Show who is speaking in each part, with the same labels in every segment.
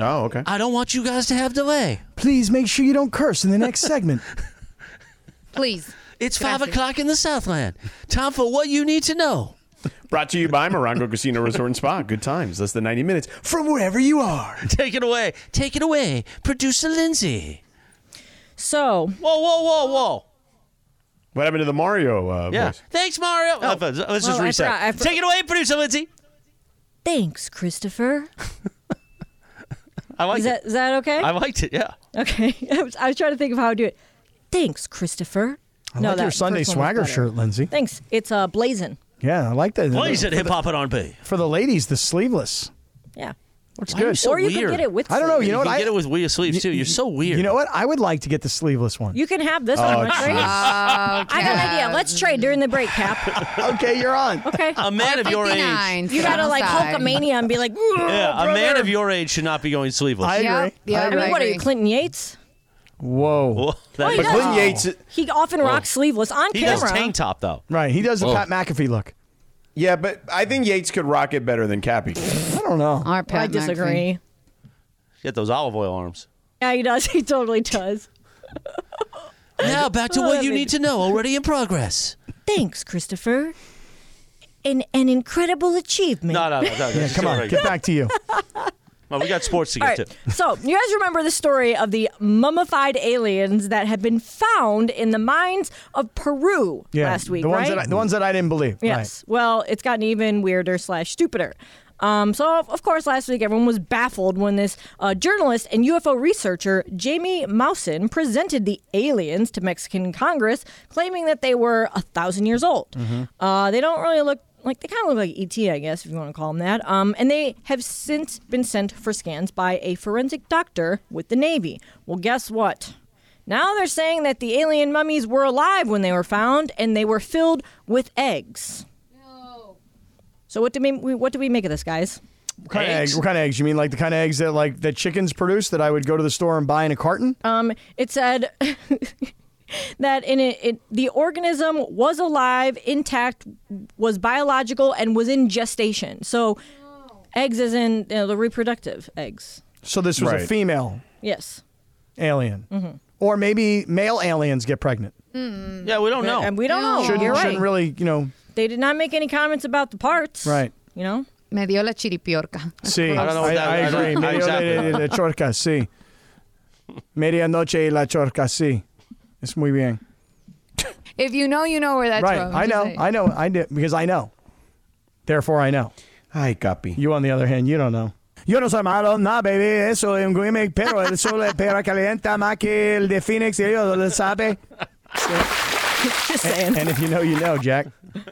Speaker 1: Oh, okay.
Speaker 2: I don't want you guys to have delay.
Speaker 3: Please make sure you don't curse in the next segment.
Speaker 4: Please.
Speaker 2: It's
Speaker 4: Gracias.
Speaker 2: five o'clock in the Southland. Time for what you need to know.
Speaker 1: Brought to you by Morongo Casino Resort and Spa. Good times, less than 90 minutes from wherever you are.
Speaker 2: Take it away. Take it away, producer Lindsay.
Speaker 4: So,
Speaker 2: Whoa, whoa, whoa, whoa.
Speaker 1: What happened to the Mario uh,
Speaker 2: Yeah.
Speaker 1: voice?
Speaker 2: Thanks, Mario. Let's just
Speaker 4: Well, I
Speaker 2: reset.
Speaker 4: forgot- I for-
Speaker 2: Take it away, producer Lindsay.
Speaker 4: thanks, Christopher.
Speaker 2: I like
Speaker 4: Is
Speaker 2: it.
Speaker 4: that is that okay?
Speaker 2: I liked it. Yeah.
Speaker 4: okay. I was, I was trying to think of how to do it. Thanks, Christopher.
Speaker 3: I like your Sunday swagger shirt, Lindsay.
Speaker 4: Thanks. It's uh, blazing.
Speaker 3: Yeah, I like that.
Speaker 2: Plays at hip hop and R&B.
Speaker 3: For the ladies, the sleeveless.
Speaker 4: Yeah.
Speaker 3: Looks
Speaker 2: Why are you
Speaker 3: good.
Speaker 2: so
Speaker 4: or you
Speaker 2: weird.
Speaker 4: can get it with.
Speaker 3: I don't know.
Speaker 4: sleeves.
Speaker 3: You know what?
Speaker 2: You can
Speaker 3: I
Speaker 2: get it with Wea sleeves too. You're so weird.
Speaker 3: You know what? I would like to get the sleeveless one.
Speaker 4: You can have
Speaker 3: Oh,
Speaker 4: this one. Let's trade. I got an idea. Let's trade during the break, Cap.
Speaker 3: okay, you're on.
Speaker 4: Okay.
Speaker 2: A man of your age.
Speaker 5: 59,
Speaker 4: you gotta
Speaker 5: sit
Speaker 4: like
Speaker 5: outside.
Speaker 4: Hulkamania and be like,
Speaker 2: Yeah, a man of your age should not be going sleeveless.
Speaker 3: Oh, I
Speaker 5: Yeah,
Speaker 3: agree.
Speaker 5: yeah,
Speaker 3: I
Speaker 4: I
Speaker 3: agree.
Speaker 4: mean, what are you,
Speaker 5: agree.
Speaker 4: Clinton Yates?
Speaker 3: Whoa.
Speaker 2: Well, that
Speaker 4: he
Speaker 2: is-
Speaker 1: But
Speaker 4: does.
Speaker 1: Clinton Yates,
Speaker 4: He often rocks sleeveless on
Speaker 2: he
Speaker 4: camera.
Speaker 2: does tank top though.
Speaker 3: Right. He does the Pat McAfee look.
Speaker 1: yeah, but I think Yates could rock it better than Cappy.
Speaker 3: I don't know.
Speaker 5: Our
Speaker 4: I
Speaker 5: Pat McAfee.
Speaker 4: disagree.
Speaker 2: Get those olive oil arms.
Speaker 4: Yeah, he does. He totally does.
Speaker 2: Now back to what you need to know. Already in progress.
Speaker 4: Thanks, Christopher. An an incredible achievement.
Speaker 2: No, no, no. no yeah,
Speaker 3: Come on, get back to you.
Speaker 2: Well, we got sports to
Speaker 4: All
Speaker 2: get
Speaker 4: right.
Speaker 2: to.
Speaker 4: So, you guys remember the story of the mummified aliens that had been found in the mines of Peru
Speaker 3: Yeah,
Speaker 4: last week,
Speaker 3: the ones
Speaker 4: right?
Speaker 3: That I, the ones that I didn't believe.
Speaker 4: Yes. Well, it's gotten even weirder slash stupider. Um, so, of- of course, last week everyone was baffled when this uh, journalist and UFO researcher Jamie Mousen presented the aliens to Mexican Congress, claiming that they were a thousand years old.
Speaker 3: Mm-hmm.
Speaker 4: Uh, they don't really look like they kind of look like ET, I guess, if you want to call them that. Um, and they have since been sent for scans by a forensic doctor with the Navy. Well, guess what? Now they're saying that the alien mummies were alive when they were found and they were filled with eggs. So what do we what do we make of this, guys?
Speaker 3: What kind of eggs? What kind of eggs? You mean like the kind of eggs that like that chickens produce that I would go to the store and buy in a carton?
Speaker 4: Um, it said that in it, it the organism was alive, intact, was biological, and was in gestation. So eggs is in you know, the reproductive eggs.
Speaker 3: so this was a
Speaker 1: Right.
Speaker 3: female
Speaker 4: Yes,
Speaker 3: alien,
Speaker 4: Mm-hmm.
Speaker 3: or maybe male aliens get pregnant.
Speaker 2: Yeah, we don't know.
Speaker 4: and we don't know.
Speaker 3: Shouldn't,
Speaker 4: Oh, You're right.
Speaker 3: shouldn't really, you know,
Speaker 4: they did not make any comments about the parts.
Speaker 3: Right.
Speaker 4: You know.
Speaker 5: Me dio la chiripiorca.
Speaker 3: see.
Speaker 2: I don't know what that-
Speaker 3: I
Speaker 2: I don't-
Speaker 3: agree.
Speaker 2: I-
Speaker 3: Medio
Speaker 2: exactly.
Speaker 3: de, de, de chorca, sí. Medianoche y la chorca, sí. Es muy bien.
Speaker 5: If you know, you know where that's
Speaker 3: right.
Speaker 5: from.
Speaker 3: I know. I know. I know. Because I know. Therefore, I know.
Speaker 1: Hi, Cappy.
Speaker 3: You, on the other hand, you don't know. Yo no soy malo, no, baby. Eso es un gimmick, pero el sol pero calienta más que el de Phoenix. Y ellos lo sabe.
Speaker 4: Just saying.
Speaker 3: And if you know, you know, Jack.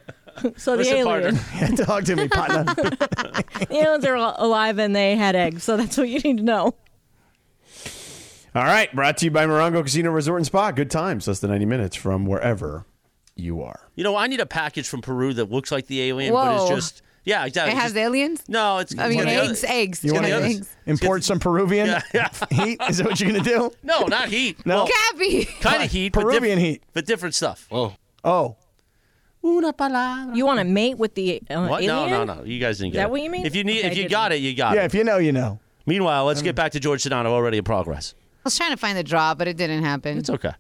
Speaker 4: so the
Speaker 2: Listen,
Speaker 4: alien,
Speaker 2: partner.
Speaker 3: Talk to me, partner.
Speaker 4: the aliens are al- alive and they had eggs. So that's what you need to know.
Speaker 1: All right, brought to you by Morongo Casino Resort and Spa. Good times, less than 90 minutes from wherever you are.
Speaker 2: You know, I need a package from Peru that looks like the alien,
Speaker 5: Whoa.
Speaker 2: but it's just yeah, exactly.
Speaker 5: It has
Speaker 2: Just-
Speaker 5: aliens?
Speaker 2: No, it's.
Speaker 5: I mean,
Speaker 2: it's the
Speaker 5: eggs,
Speaker 2: other-
Speaker 5: eggs.
Speaker 3: You
Speaker 5: Can
Speaker 3: want
Speaker 5: I
Speaker 2: Yeah.
Speaker 5: have
Speaker 2: other-
Speaker 3: to
Speaker 5: eggs?
Speaker 3: import some Peruvian heat? Is that what you're going to do?
Speaker 2: No, not heat.
Speaker 3: No.
Speaker 5: Cappy.
Speaker 2: kind of heat. but
Speaker 3: Peruvian
Speaker 2: diff-
Speaker 3: heat.
Speaker 2: but different stuff.
Speaker 3: Oh,
Speaker 2: Una palabra.
Speaker 4: You want to mate with the uh,
Speaker 2: What?
Speaker 4: alien?
Speaker 2: No, no, no. You guys didn't get
Speaker 4: Is
Speaker 2: it.
Speaker 4: that what you mean?
Speaker 2: If you need,
Speaker 4: Okay,
Speaker 2: if
Speaker 4: I
Speaker 2: you
Speaker 4: didn't.
Speaker 2: got it, you got
Speaker 3: yeah,
Speaker 2: it.
Speaker 3: if you Mm. know, you know.
Speaker 2: Meanwhile, let's get back to George Sedano. Already in progress.
Speaker 5: I was trying to find the draw, but it didn't happen.
Speaker 2: It's okay.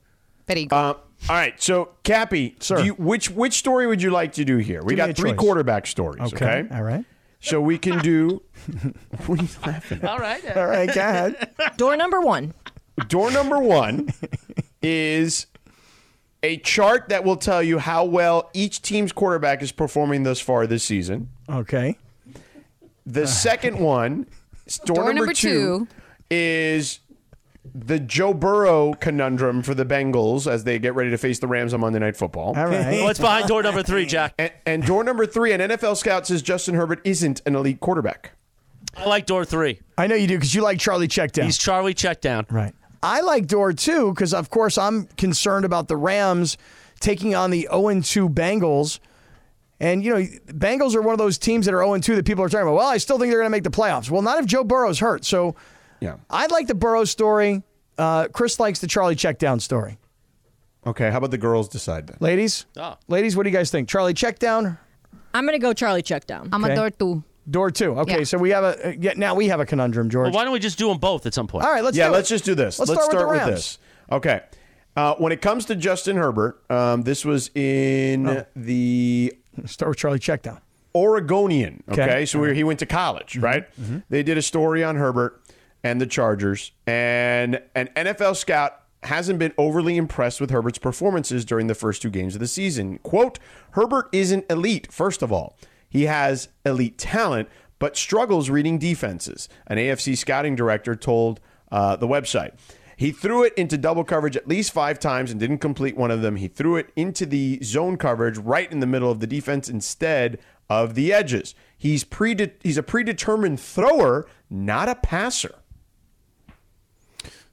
Speaker 5: Perico.
Speaker 1: Uh, all right, so Cappy,
Speaker 3: Sir.
Speaker 1: do you- which which story would you like to do here? We
Speaker 3: Give me a
Speaker 1: got three
Speaker 3: choice.
Speaker 1: quarterback stories. Okay.
Speaker 3: All right.
Speaker 1: So we can do. what are you laughing at?
Speaker 2: All right.
Speaker 3: All right, go ahead.
Speaker 4: Door number one.
Speaker 1: Door number one is a chart that will tell you how well each team's quarterback is performing thus far this season.
Speaker 3: Okay.
Speaker 1: The second one, s- door,
Speaker 5: Door
Speaker 1: number,
Speaker 5: number
Speaker 1: two,
Speaker 5: two.
Speaker 1: is the Joe Burrow conundrum for the Bengals as they get ready to face the Rams on Monday Night Football.
Speaker 3: All right.
Speaker 2: What's behind door number three, Jack?
Speaker 1: And, and door number three, an NFL scout says Justin Herbert isn't an elite quarterback.
Speaker 2: I like door three.
Speaker 3: I know you do because you like Charlie Checkdown.
Speaker 2: He's Charlie Checkdown.
Speaker 3: right. I like Door too because, of course, I'm concerned about the Rams taking on the 0 2 Bengals. And, you know, Bengals are one of those teams that are 0 2 that people are talking about. Well, I still think they're going to make the playoffs. Well, not if Joe Burrow's hurt. So
Speaker 1: Yeah.
Speaker 3: I like the Burrow story. Uh, Chris likes the Charlie Checkdown story.
Speaker 1: Okay, how about the girls decide then?
Speaker 3: Ladies,
Speaker 2: Ah.
Speaker 3: ladies, what do you guys think? Charlie Checkdown,
Speaker 4: I'm gonna go Charlie Checkdown.
Speaker 5: I'm
Speaker 3: Okay.
Speaker 5: a door too.
Speaker 3: Door two. Okay,
Speaker 5: Yeah.
Speaker 3: so we have a uh, yeah, now we have a conundrum, George.
Speaker 2: Well, why don't we just do them both at some point?
Speaker 3: All right, let's
Speaker 1: yeah,
Speaker 3: do
Speaker 1: let's
Speaker 3: it.
Speaker 1: just do this.
Speaker 3: Let's,
Speaker 1: Let's,
Speaker 3: start, with, the Rams.
Speaker 1: this. Okay. Uh, when it comes to Justin Herbert, um, this was in
Speaker 3: Oh.
Speaker 1: the
Speaker 3: Start with Charlie Checkdown.
Speaker 1: Oregonian. Okay,
Speaker 3: Okay.
Speaker 1: so we he went to college, right? They did a story on Herbert and the Chargers, and an NFL scout hasn't been overly impressed with Herbert's performances during the first two games of the season. Quote: Herbert isn't elite. First of all, he has elite talent, but struggles reading defenses. An AFC scouting director told uh, the website. He threw it into double coverage at least five times and didn't complete one of them. He threw it into the zone coverage right in the middle of the defense instead of the edges. He's pre he's a predetermined thrower, not a passer.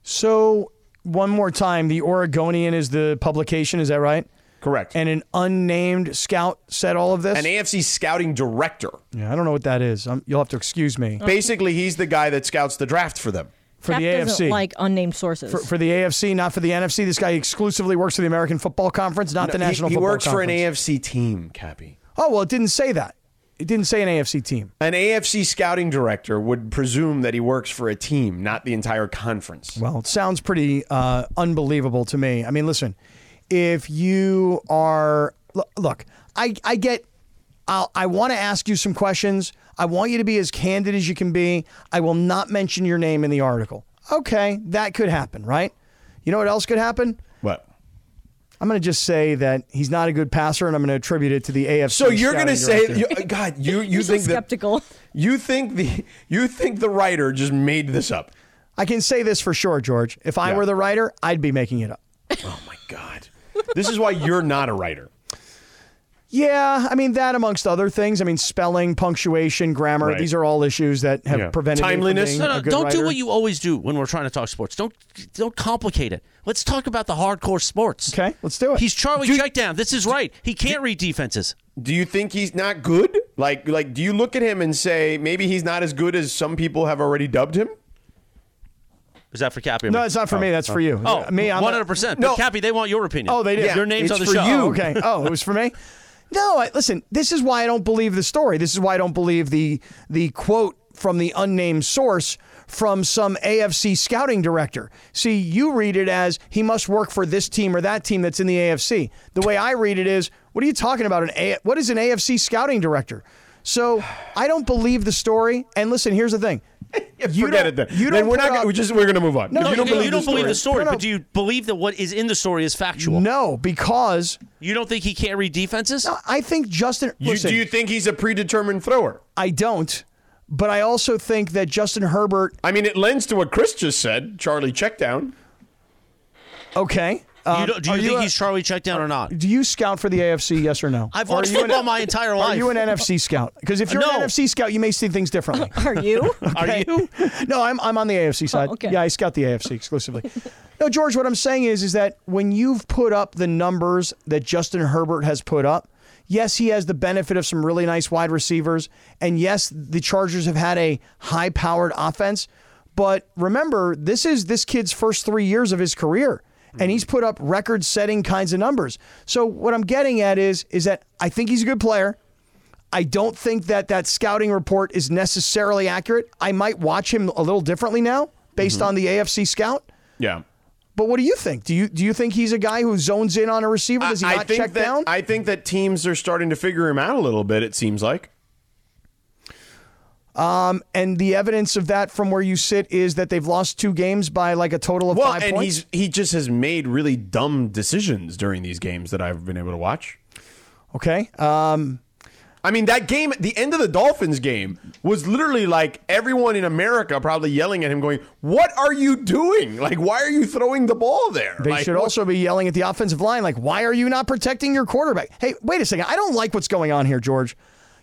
Speaker 3: So one more time, the Oregonian is the publication. Is that right?
Speaker 1: Correct.
Speaker 3: And an unnamed scout said all of this.
Speaker 1: An AFC scouting director.
Speaker 3: yeah, I don't know what that is. Um, you'll have to excuse me
Speaker 1: Basically, he's the guy that scouts the draft for them.
Speaker 3: for
Speaker 4: Jeff
Speaker 3: the
Speaker 4: doesn't
Speaker 3: AFC.
Speaker 4: like unnamed sources.
Speaker 3: for, for the AFC, not for the NFC. This guy exclusively works for the American Football Conference, not the
Speaker 1: He-
Speaker 3: National
Speaker 1: he,
Speaker 3: Football
Speaker 1: works for
Speaker 3: Conference.
Speaker 1: an AFC team, Cappy.
Speaker 3: Oh well, it didn't say that. It didn't say an AFC team.
Speaker 1: An AFC scouting director would presume that he works for a team, not the entire conference.
Speaker 3: Well, it sounds pretty uh, unbelievable to me. I mean, listen, if you are look, look I I get. I'll, I want to ask you some questions. I want you to be as candid as you can be. I will not mention your name in the article. Okay, that could happen, right? You know what else could happen?
Speaker 1: What?
Speaker 3: I'm going to just say that he's not a good passer, and I'm going to attribute it to the AFC.
Speaker 1: So you're
Speaker 3: scouting
Speaker 1: going to say,
Speaker 3: director.
Speaker 1: you, God, you you
Speaker 4: You're so
Speaker 1: think that-
Speaker 4: skeptical.
Speaker 1: you think the you think the writer just made this up?
Speaker 3: I can say this for sure, George. If I
Speaker 1: Yeah.
Speaker 3: were the writer, I'd be making it up.
Speaker 1: Oh my God, this is why you're not a writer.
Speaker 3: Yeah, I mean that amongst other things. I mean spelling, punctuation, grammar.
Speaker 1: Right.
Speaker 3: These are all issues that have
Speaker 1: Yeah.
Speaker 3: prevented me from
Speaker 1: Timeliness?
Speaker 3: being
Speaker 1: No,
Speaker 2: No,
Speaker 3: a
Speaker 2: no,
Speaker 3: good
Speaker 2: don't do
Speaker 3: writer.
Speaker 2: what you always do when we're trying to talk sports. Don't don't complicate it. Let's talk about the hardcore sports.
Speaker 3: Okay, let's do it.
Speaker 2: He's Charlie Checkdown. This is right. He can't read defenses.
Speaker 1: Do you think he's not good? Like like, do you look at him and say maybe he's not as good as some people have already dubbed him?
Speaker 2: Is that for Cappy?
Speaker 3: No, it's not for me. That's for you.
Speaker 2: Oh,
Speaker 3: me. I'm
Speaker 2: one
Speaker 3: not-
Speaker 2: hundred percent.
Speaker 3: No.
Speaker 2: But Cappy, they want your opinion.
Speaker 3: Oh, they did.
Speaker 2: Yeah, Your name's
Speaker 3: it's
Speaker 2: on the
Speaker 3: for
Speaker 2: show.
Speaker 3: You. Okay. Oh, it was for me. No, I, listen. This is why I don't believe the story. This is why I don't believe the the quote from the unnamed source from some AFC scouting director. See, you read it as he must work for this team or that team that's in the AFC. The way I read it is, what are you talking about? An A- what is an AFC scouting director? So I don't believe the story. And listen, here's the thing.
Speaker 1: Forget
Speaker 3: don't-
Speaker 1: it then.
Speaker 3: you
Speaker 1: then
Speaker 3: don't
Speaker 1: we're not.
Speaker 3: put
Speaker 1: gonna-
Speaker 3: up-
Speaker 1: we're just we're going to move on.
Speaker 3: No,
Speaker 1: If
Speaker 3: no,
Speaker 1: you don't
Speaker 3: no,
Speaker 1: believe
Speaker 3: you
Speaker 1: the
Speaker 3: don't
Speaker 1: story.
Speaker 2: believe the story,
Speaker 3: No, no.
Speaker 2: but do you believe that what is in the story is factual?
Speaker 3: No, because
Speaker 2: You don't think he can't read defenses?
Speaker 3: I think Justin.
Speaker 1: You-
Speaker 3: listen,
Speaker 1: do you think he's a predetermined thrower?
Speaker 3: I don't. But I also think that Justin Herbert,
Speaker 1: I mean, it lends to what Chris just said. Charlie Checkdown.
Speaker 3: okay. um,
Speaker 2: you don't, do
Speaker 3: are
Speaker 2: you think
Speaker 3: a-
Speaker 2: he's Charlie Checkdown or not?
Speaker 3: Do you scout for the AFC? Yes or no?
Speaker 2: I've
Speaker 3: Or are
Speaker 2: watched
Speaker 3: you an-
Speaker 2: football my entire
Speaker 3: Are
Speaker 2: life.
Speaker 3: you an NFC scout? Because if you're
Speaker 2: No.
Speaker 3: an NFC scout, you may see things differently.
Speaker 4: Are you?
Speaker 2: Are you?
Speaker 3: no, I'm, I'm on the AFC side.
Speaker 4: okay.
Speaker 3: Yeah, I scout the AFC exclusively. no, George, what I'm saying is is that when you've put up the numbers that Justin Herbert has put up, yes, he has the benefit of some really nice wide receivers, and yes, the Chargers have had a high-powered offense, but remember, this is this kid's first 3 years of his career. And he's put up record-setting kinds of numbers. So what I'm getting at is, is that I think he's a good player. I don't think that that scouting report is necessarily accurate. I might watch him a little differently now based
Speaker 1: Mm-hmm.
Speaker 3: on the AFC scout.
Speaker 1: Yeah.
Speaker 3: But what do you think? Do you do you think he's a guy who zones in on a receiver? Does he
Speaker 1: I
Speaker 3: not
Speaker 1: think
Speaker 3: check
Speaker 1: that
Speaker 3: down?
Speaker 1: I think that teams are starting to figure him out a little bit. It seems like.
Speaker 3: Um, and the evidence of that from where you sit is that they've lost two games by like a total of
Speaker 1: Well,
Speaker 3: five
Speaker 1: and
Speaker 3: points.
Speaker 1: he's he just has made really dumb decisions during these games that I've been able to watch.
Speaker 3: okay. Um,
Speaker 1: I mean, that game at the end of the Dolphins game was literally like everyone in America probably yelling at him, going, "What are you doing? Like, why are you throwing the ball there?"
Speaker 3: they
Speaker 1: Like,
Speaker 3: should
Speaker 1: what-
Speaker 3: also be yelling at the offensive line, like, why are you not protecting your quarterback? Hey, wait a second. I don't like what's going on here, George.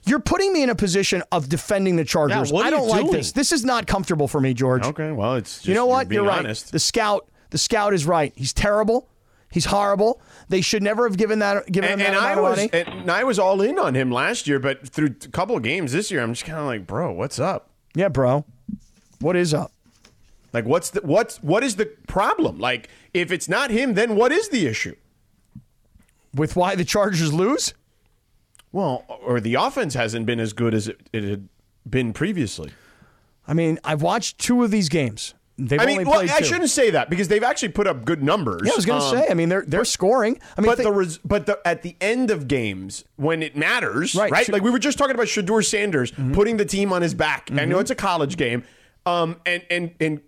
Speaker 3: You're putting me in a position of defending the Chargers.
Speaker 2: what are
Speaker 3: I
Speaker 2: you
Speaker 3: don't like
Speaker 2: doing?
Speaker 3: this. This is not comfortable for me, George.
Speaker 1: Okay, well, it's just
Speaker 3: you know
Speaker 1: you're
Speaker 3: what?
Speaker 1: Being
Speaker 3: You're right.
Speaker 1: honest.
Speaker 3: The scout The scout is right. He's terrible. He's horrible. They should never have given that given
Speaker 1: And,
Speaker 3: him
Speaker 1: and
Speaker 3: that
Speaker 1: I
Speaker 3: amount of
Speaker 1: was
Speaker 3: money.
Speaker 1: and, and I was all in on him last year, but through a couple of games this year, I'm just kind of like, bro, what's up?
Speaker 3: yeah, bro. What is up?
Speaker 1: Like, what's the what's what is the problem? Like, if it's not him, then what is the issue?
Speaker 3: With why the Chargers lose?
Speaker 1: Well, or the offense hasn't been as good as it, it had been previously.
Speaker 3: I mean, I've watched two of these games. They've
Speaker 1: I
Speaker 3: only
Speaker 1: mean, well,
Speaker 3: played
Speaker 1: I
Speaker 3: two.
Speaker 1: shouldn't say that because they've actually put up good numbers.
Speaker 3: Yeah, I was going to
Speaker 1: Um,
Speaker 3: say. I mean, they're they're scoring. I mean,
Speaker 1: but
Speaker 3: thi-
Speaker 1: the res- but the at the end of games when it matters,
Speaker 3: Right, Mm-hmm.
Speaker 1: right?
Speaker 3: Sha-
Speaker 1: Like we were just talking about Shador Sanders putting the team on his back. I
Speaker 3: Mm-hmm.
Speaker 1: know it's a college game, um, and and and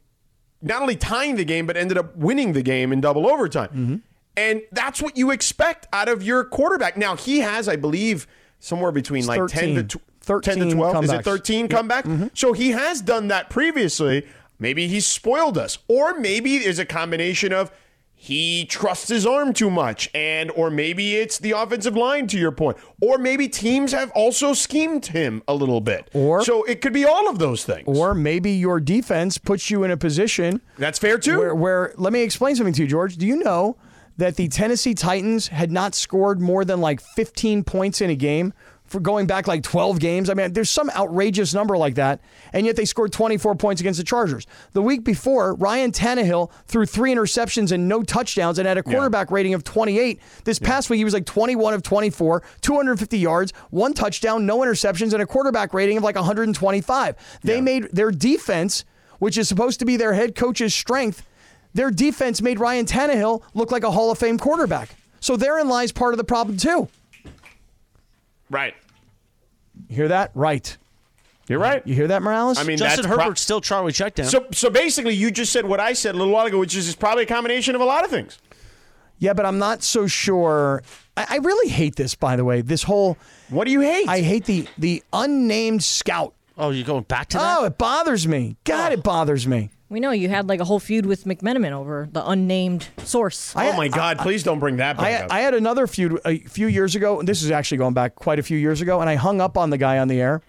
Speaker 1: not only tying the game but ended up winning the game in double overtime,
Speaker 3: Mm-hmm.
Speaker 1: and that's what you expect out of your quarterback. Now he has, I believe, somewhere between like ten
Speaker 3: 13.
Speaker 1: to tw- ten to
Speaker 3: 13
Speaker 1: twelve. Is
Speaker 3: comebacks. Mm-hmm.
Speaker 1: it thirteen comeback? So he has done that previously. Maybe he's spoiled us, or maybe there's a combination of he trusts his arm too much and or maybe it's the offensive line to your point or maybe teams have also schemed him a little bit
Speaker 3: Or-
Speaker 1: so it could be all of those things
Speaker 3: or maybe your defense puts you in a position
Speaker 1: that's fair too
Speaker 3: where, where let me explain something to you, George. Do you know that the Tennessee Titans had not scored more than like 15 points in a game for going back like 12 games? I mean, there's some outrageous number like that, and yet they scored 24 points against the Chargers. The week before, Ryan Tannehill threw three interceptions and no touchdowns and had a quarterback rating of 28. This past week, he was like 21 of 24, 250 yards, one touchdown, no interceptions, and a quarterback rating of like 125. They made their defense which is supposed to be their head coach's strength, their defense made Ryan Tannehill look like a Hall of Fame quarterback. So therein lies part of the problem too.
Speaker 1: right
Speaker 3: You hear that? Right.
Speaker 1: you're right
Speaker 3: You hear that, Morales?
Speaker 1: i mean
Speaker 2: Justin
Speaker 1: that's pro-
Speaker 2: Herbert's still Charlie Checkdown.
Speaker 1: so so basically you just said what i said a little while ago which is it's probably a combination of a lot of things
Speaker 3: yeah, but I'm not so sure. I, I really hate this, by the way. This whole
Speaker 1: what do you hate
Speaker 3: I hate the the unnamed scout.
Speaker 2: oh, you're going back to that? Oh.
Speaker 3: Oh, it bothers me. God, it bothers me.
Speaker 4: We know you had like a whole feud with McMenamin over the unnamed source.
Speaker 1: oh my god please don't bring that back up
Speaker 3: I, I had another feud a few years ago. and This is actually going back quite a few years ago, and I hung up on the guy on the air,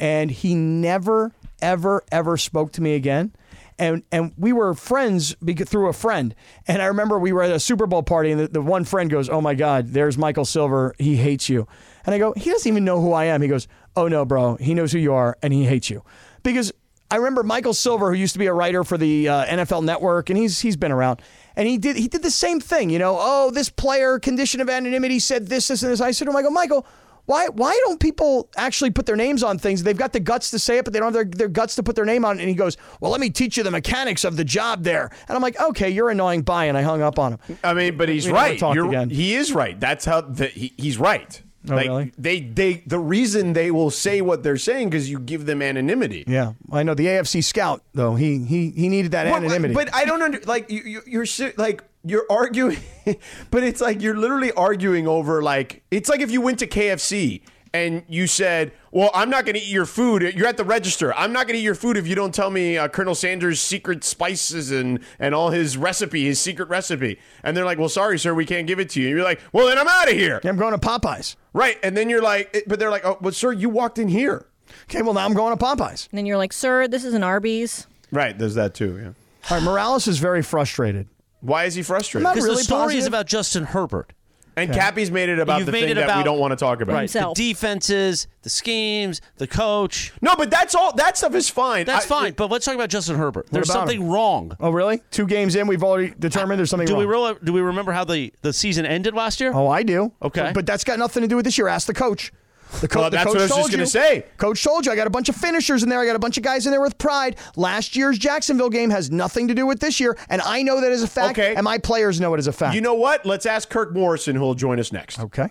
Speaker 3: and he never, ever, ever spoke to me again. And and we were friends because, through a friend. And I remember we were at a Super Bowl party, and the, the one friend goes, "Oh my God, there's Michael Silver. He hates you." And I go, "He doesn't even know who I am." He goes, "Oh no, bro. He knows who you are, and he hates you," because. I remember Michael Silver, who used to be a writer for the uh, NFL Network, and he's he's been around. And he did he did the same thing, you know. Oh, this player, condition of anonymity, said this, this, and this. I said to Michael, Michael, why why don't people actually put their names on things? They've got the guts to say it, but they don't have their, their guts to put their name on it. And he goes, Well, let me teach you the mechanics of the job there. And I'm like, Okay, you're annoying. Bye. And I hung up on him.
Speaker 1: I mean, but he's
Speaker 3: We never
Speaker 1: right.
Speaker 3: talked
Speaker 1: You're-
Speaker 3: again.
Speaker 1: He is right. That's how the, he, he's right.
Speaker 3: Oh, really?
Speaker 1: They, they, the reason they will say what they're saying because you give them anonymity.
Speaker 3: Yeah, I know the AFC scout though. He he he needed that
Speaker 1: Well,
Speaker 3: anonymity.
Speaker 1: But I don't under like you, you, you're si- like you're arguing, but it's like you're literally arguing over like it's like if you went to KFC and you said, "Well, I'm not going to eat your food. You're at the register. I'm not going to eat your food if you don't tell me uh, Colonel Sanders' secret spices and and all his recipe, his secret recipe." And they're like, "Well, sorry, sir, we can't give it to you." And you're like, "Well, then I'm out of here."
Speaker 3: I'm going to Popeyes.
Speaker 1: Right. And then you're like, it- but they're like, oh, but sir, you walked in here.
Speaker 3: Okay, well now I'm going to Popeyes.
Speaker 4: and then you're like, sir, this is an Arby's.
Speaker 1: Right. There's that too. Yeah.
Speaker 3: All right, Morales is very frustrated.
Speaker 1: Why is he frustrated?
Speaker 3: I'm not
Speaker 2: Because
Speaker 3: really
Speaker 2: the story
Speaker 3: positive.
Speaker 2: is about Justin Herbert.
Speaker 1: and Cappy's made it about
Speaker 2: You've
Speaker 1: the
Speaker 2: made
Speaker 1: thing
Speaker 2: it
Speaker 1: that we
Speaker 2: about-
Speaker 1: don't want to talk about.
Speaker 2: Right.
Speaker 4: Himself.
Speaker 2: The defenses, the schemes, the coach.
Speaker 1: No, but that's all. That stuff is fine.
Speaker 2: That's
Speaker 1: I-
Speaker 2: fine. But let's talk about Justin Herbert. There's
Speaker 3: about
Speaker 2: something
Speaker 3: him?
Speaker 2: wrong.
Speaker 3: Oh, really? Two games in, we've already determined there's something
Speaker 2: Do
Speaker 3: wrong.
Speaker 2: we real, do we remember how the, the season ended last year?
Speaker 3: oh, I do.
Speaker 2: Okay.
Speaker 3: but that's got nothing to do with this year. Ask the coach. The, co-
Speaker 1: Well,
Speaker 3: the
Speaker 1: that's
Speaker 3: coach
Speaker 1: what I was
Speaker 3: told
Speaker 1: just gonna
Speaker 3: you.
Speaker 1: say.
Speaker 3: Coach told you I got a bunch of finishers in there. I got a bunch of guys in there with pride. Last year's Jacksonville game has nothing to do with this year, and I know that as a fact,
Speaker 1: Okay.
Speaker 3: and my players know it as a fact.
Speaker 1: You know what? Let's ask Kirk Morrison, who will join us next.
Speaker 3: okay.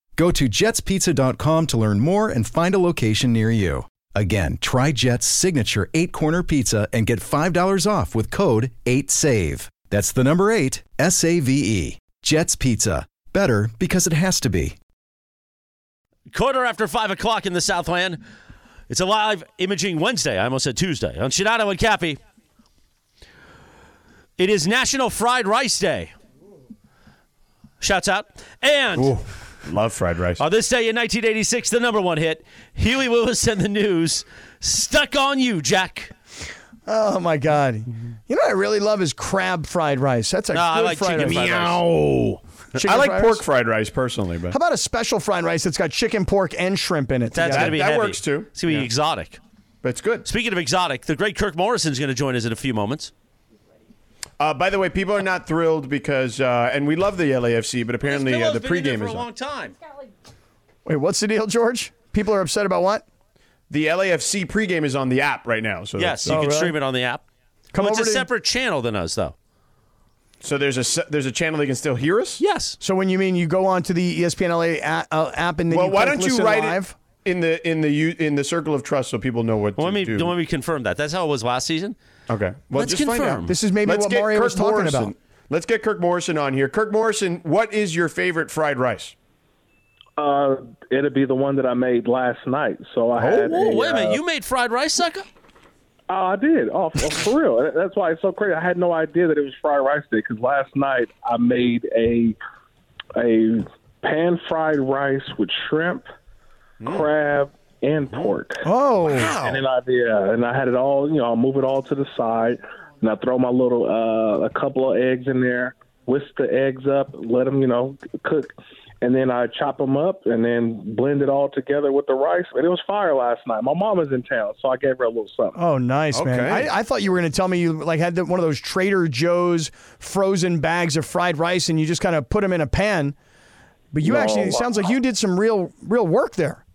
Speaker 6: Go to jetspizza.com to learn more and find a location near you. Again, try Jet's signature eight corner pizza and get $5 off with code 8SAVE. That's the number eight, S A V E. Jet's Pizza. Better because it has to be.
Speaker 2: Quarter after five o'clock in the Southland. It's a live imaging Wednesday. I almost said Tuesday on Shinato and Cappy. It is National Fried Rice Day. Shouts out. And
Speaker 1: Love fried rice.
Speaker 2: on this day in 1986, the number one hit, Huey Lewis and the News, Stuck on You, Jack.
Speaker 3: Oh my god!
Speaker 1: Mm-hmm.
Speaker 3: You know what I really love is crab fried rice. That's a
Speaker 2: No, I
Speaker 3: good
Speaker 2: like
Speaker 3: fried
Speaker 2: chicken
Speaker 3: rice.
Speaker 2: fried rice.
Speaker 1: Ow.
Speaker 3: Chicken
Speaker 1: I like
Speaker 3: fried
Speaker 1: pork
Speaker 3: rice?
Speaker 1: fried rice personally, but
Speaker 3: How about a special fried rice that's got chicken, pork, and shrimp in it?
Speaker 2: That's
Speaker 3: together?
Speaker 2: going to be
Speaker 1: that
Speaker 2: heavy.
Speaker 1: works, too.
Speaker 2: It's going to be exotic.
Speaker 1: but it's good.
Speaker 2: Speaking of exotic, the great Kirk Morrison's going to join us in a few moments.
Speaker 1: Uh, by the way, people are not thrilled because, uh, and we love the LAFC, but apparently uh, the pregame is on.
Speaker 2: time.
Speaker 3: Wait, what's the deal, George? People are upset about what?
Speaker 1: The LAFC pregame is on the app right now. So
Speaker 2: Yes,
Speaker 1: that's-
Speaker 2: you can
Speaker 3: Oh, really?
Speaker 2: stream it on the app.
Speaker 3: Come
Speaker 2: Well, it's
Speaker 3: over
Speaker 2: a
Speaker 3: to-
Speaker 2: separate channel than us, though.
Speaker 1: so there's a se- there's a channel they can still hear us.
Speaker 2: Yes.
Speaker 3: So when you mean you go onto the E ESPN LA a- uh, app and then
Speaker 1: Well,
Speaker 3: you
Speaker 1: why
Speaker 3: click
Speaker 1: don't you
Speaker 3: listen
Speaker 1: write
Speaker 3: live?
Speaker 1: it in the in the u- in the circle of trust so people know what
Speaker 2: Well, let
Speaker 1: to do?
Speaker 2: me let me confirm that. That's how it was last season.
Speaker 1: okay, well,
Speaker 2: Let's
Speaker 1: just find out.
Speaker 2: confirm.
Speaker 3: This is maybe
Speaker 1: Let's
Speaker 3: what
Speaker 1: get
Speaker 3: Mario
Speaker 1: Kirk
Speaker 3: was talking
Speaker 1: Morrison.
Speaker 3: about.
Speaker 1: Let's get Kirk Morrison on here. Kirk Morrison, what is your favorite fried rice?
Speaker 7: Uh, it'll be the one that I made last night. So I
Speaker 2: Oh,
Speaker 7: had.
Speaker 2: whoa,
Speaker 7: a,
Speaker 2: wait a minute!
Speaker 7: uh,
Speaker 2: You made fried rice, sucker.
Speaker 7: oh, I did. Oh, for- for real. That- That's why it's so crazy. I had no idea that it was fried rice day because last night I made a a pan fried rice with shrimp, crab, and pork.
Speaker 3: Oh,
Speaker 7: And then I yeah, and I had it all. You know, I move it all to the side, and I throw my little uh, a couple of eggs in there. Whisk the eggs up, let them you know cook, and then I chop them up and then blend it all together with the rice. And it was fire last night. My mom was in town, so I gave her a little something.
Speaker 3: oh, nice man.
Speaker 1: Okay.
Speaker 3: I, I thought you were going to tell me you like had the, one of those Trader Joe's frozen bags of fried rice and you just kind of put them in a pan. But you
Speaker 7: No.
Speaker 3: actually it sounds like you did some real real work there.